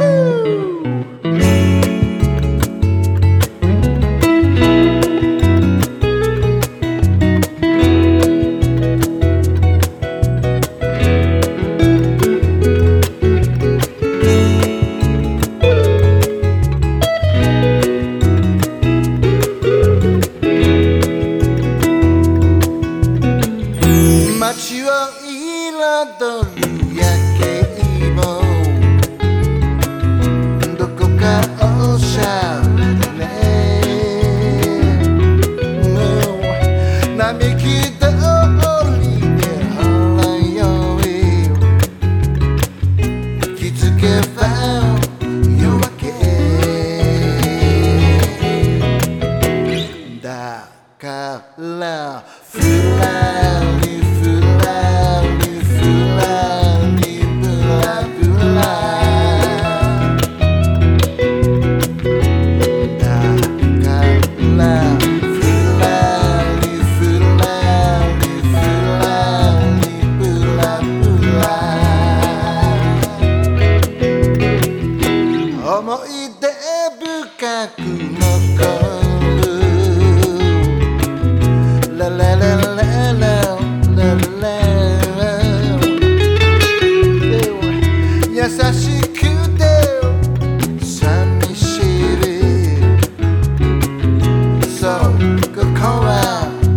[SPEAKER 1] 街を彩る夜景もどこかおしゃれもう並木通りで払よい気づけば夜明けだからふらりふらりふらりふらふらだからふらりふらりふらりふらふら思い出深く残るラララララララ優しくて寂しいそうここは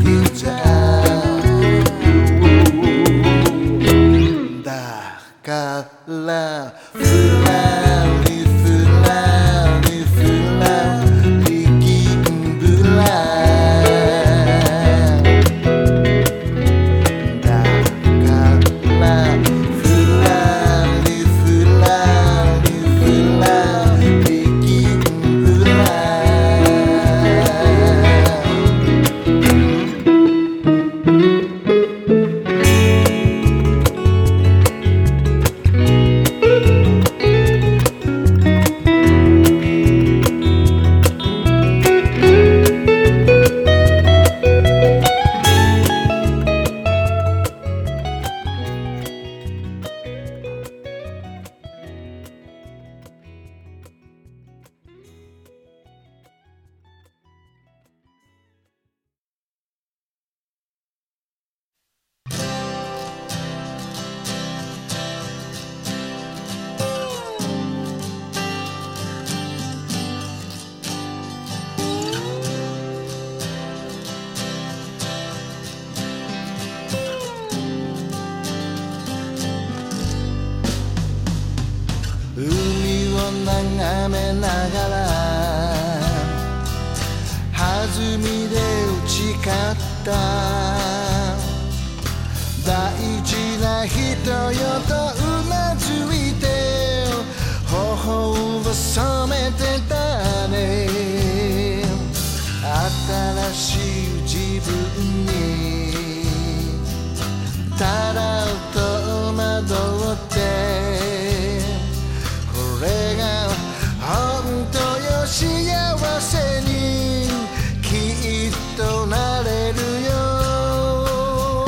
[SPEAKER 1] ギターだからふらりふらりふらりギンブラだからふらりふらりふらりギンブラ海を眺めながら弾みで打ち勝った大事な人よとうなずいて頬を染めてたね新しい自分にただ戸惑ってこれが本当よ幸せにきっとなれるよ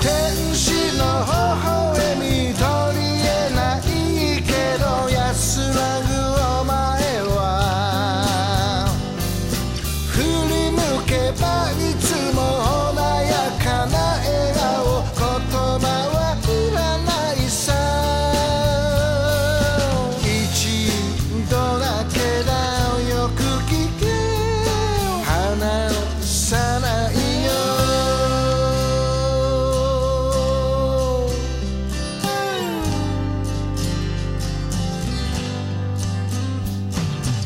[SPEAKER 1] 天使の微笑み取りえないけど安らぐお前は振り向けばいつも穏やかな笑顔言葉はいらないさ一度だけだよく聞け離さないよ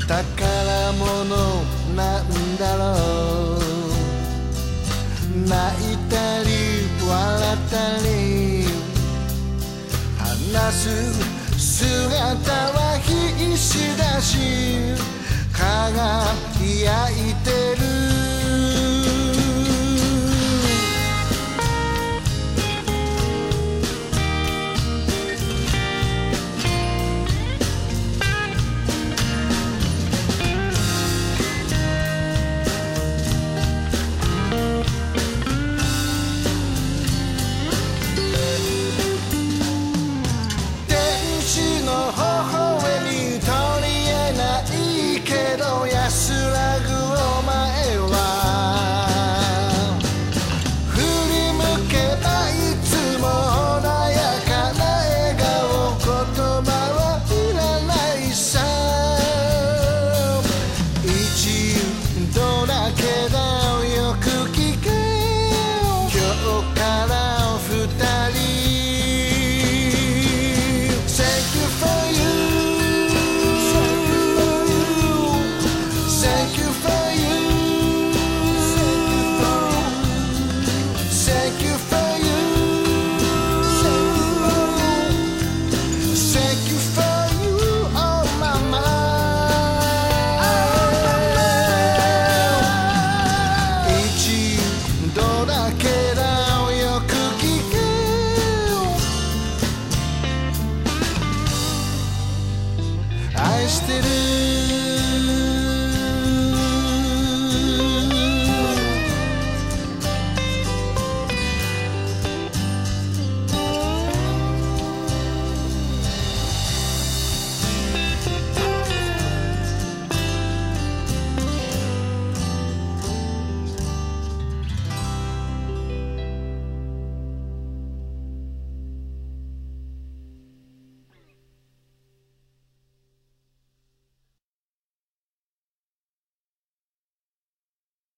[SPEAKER 1] 宝物なんだろう泣いたり笑ったりす姿は必死だし輝いてる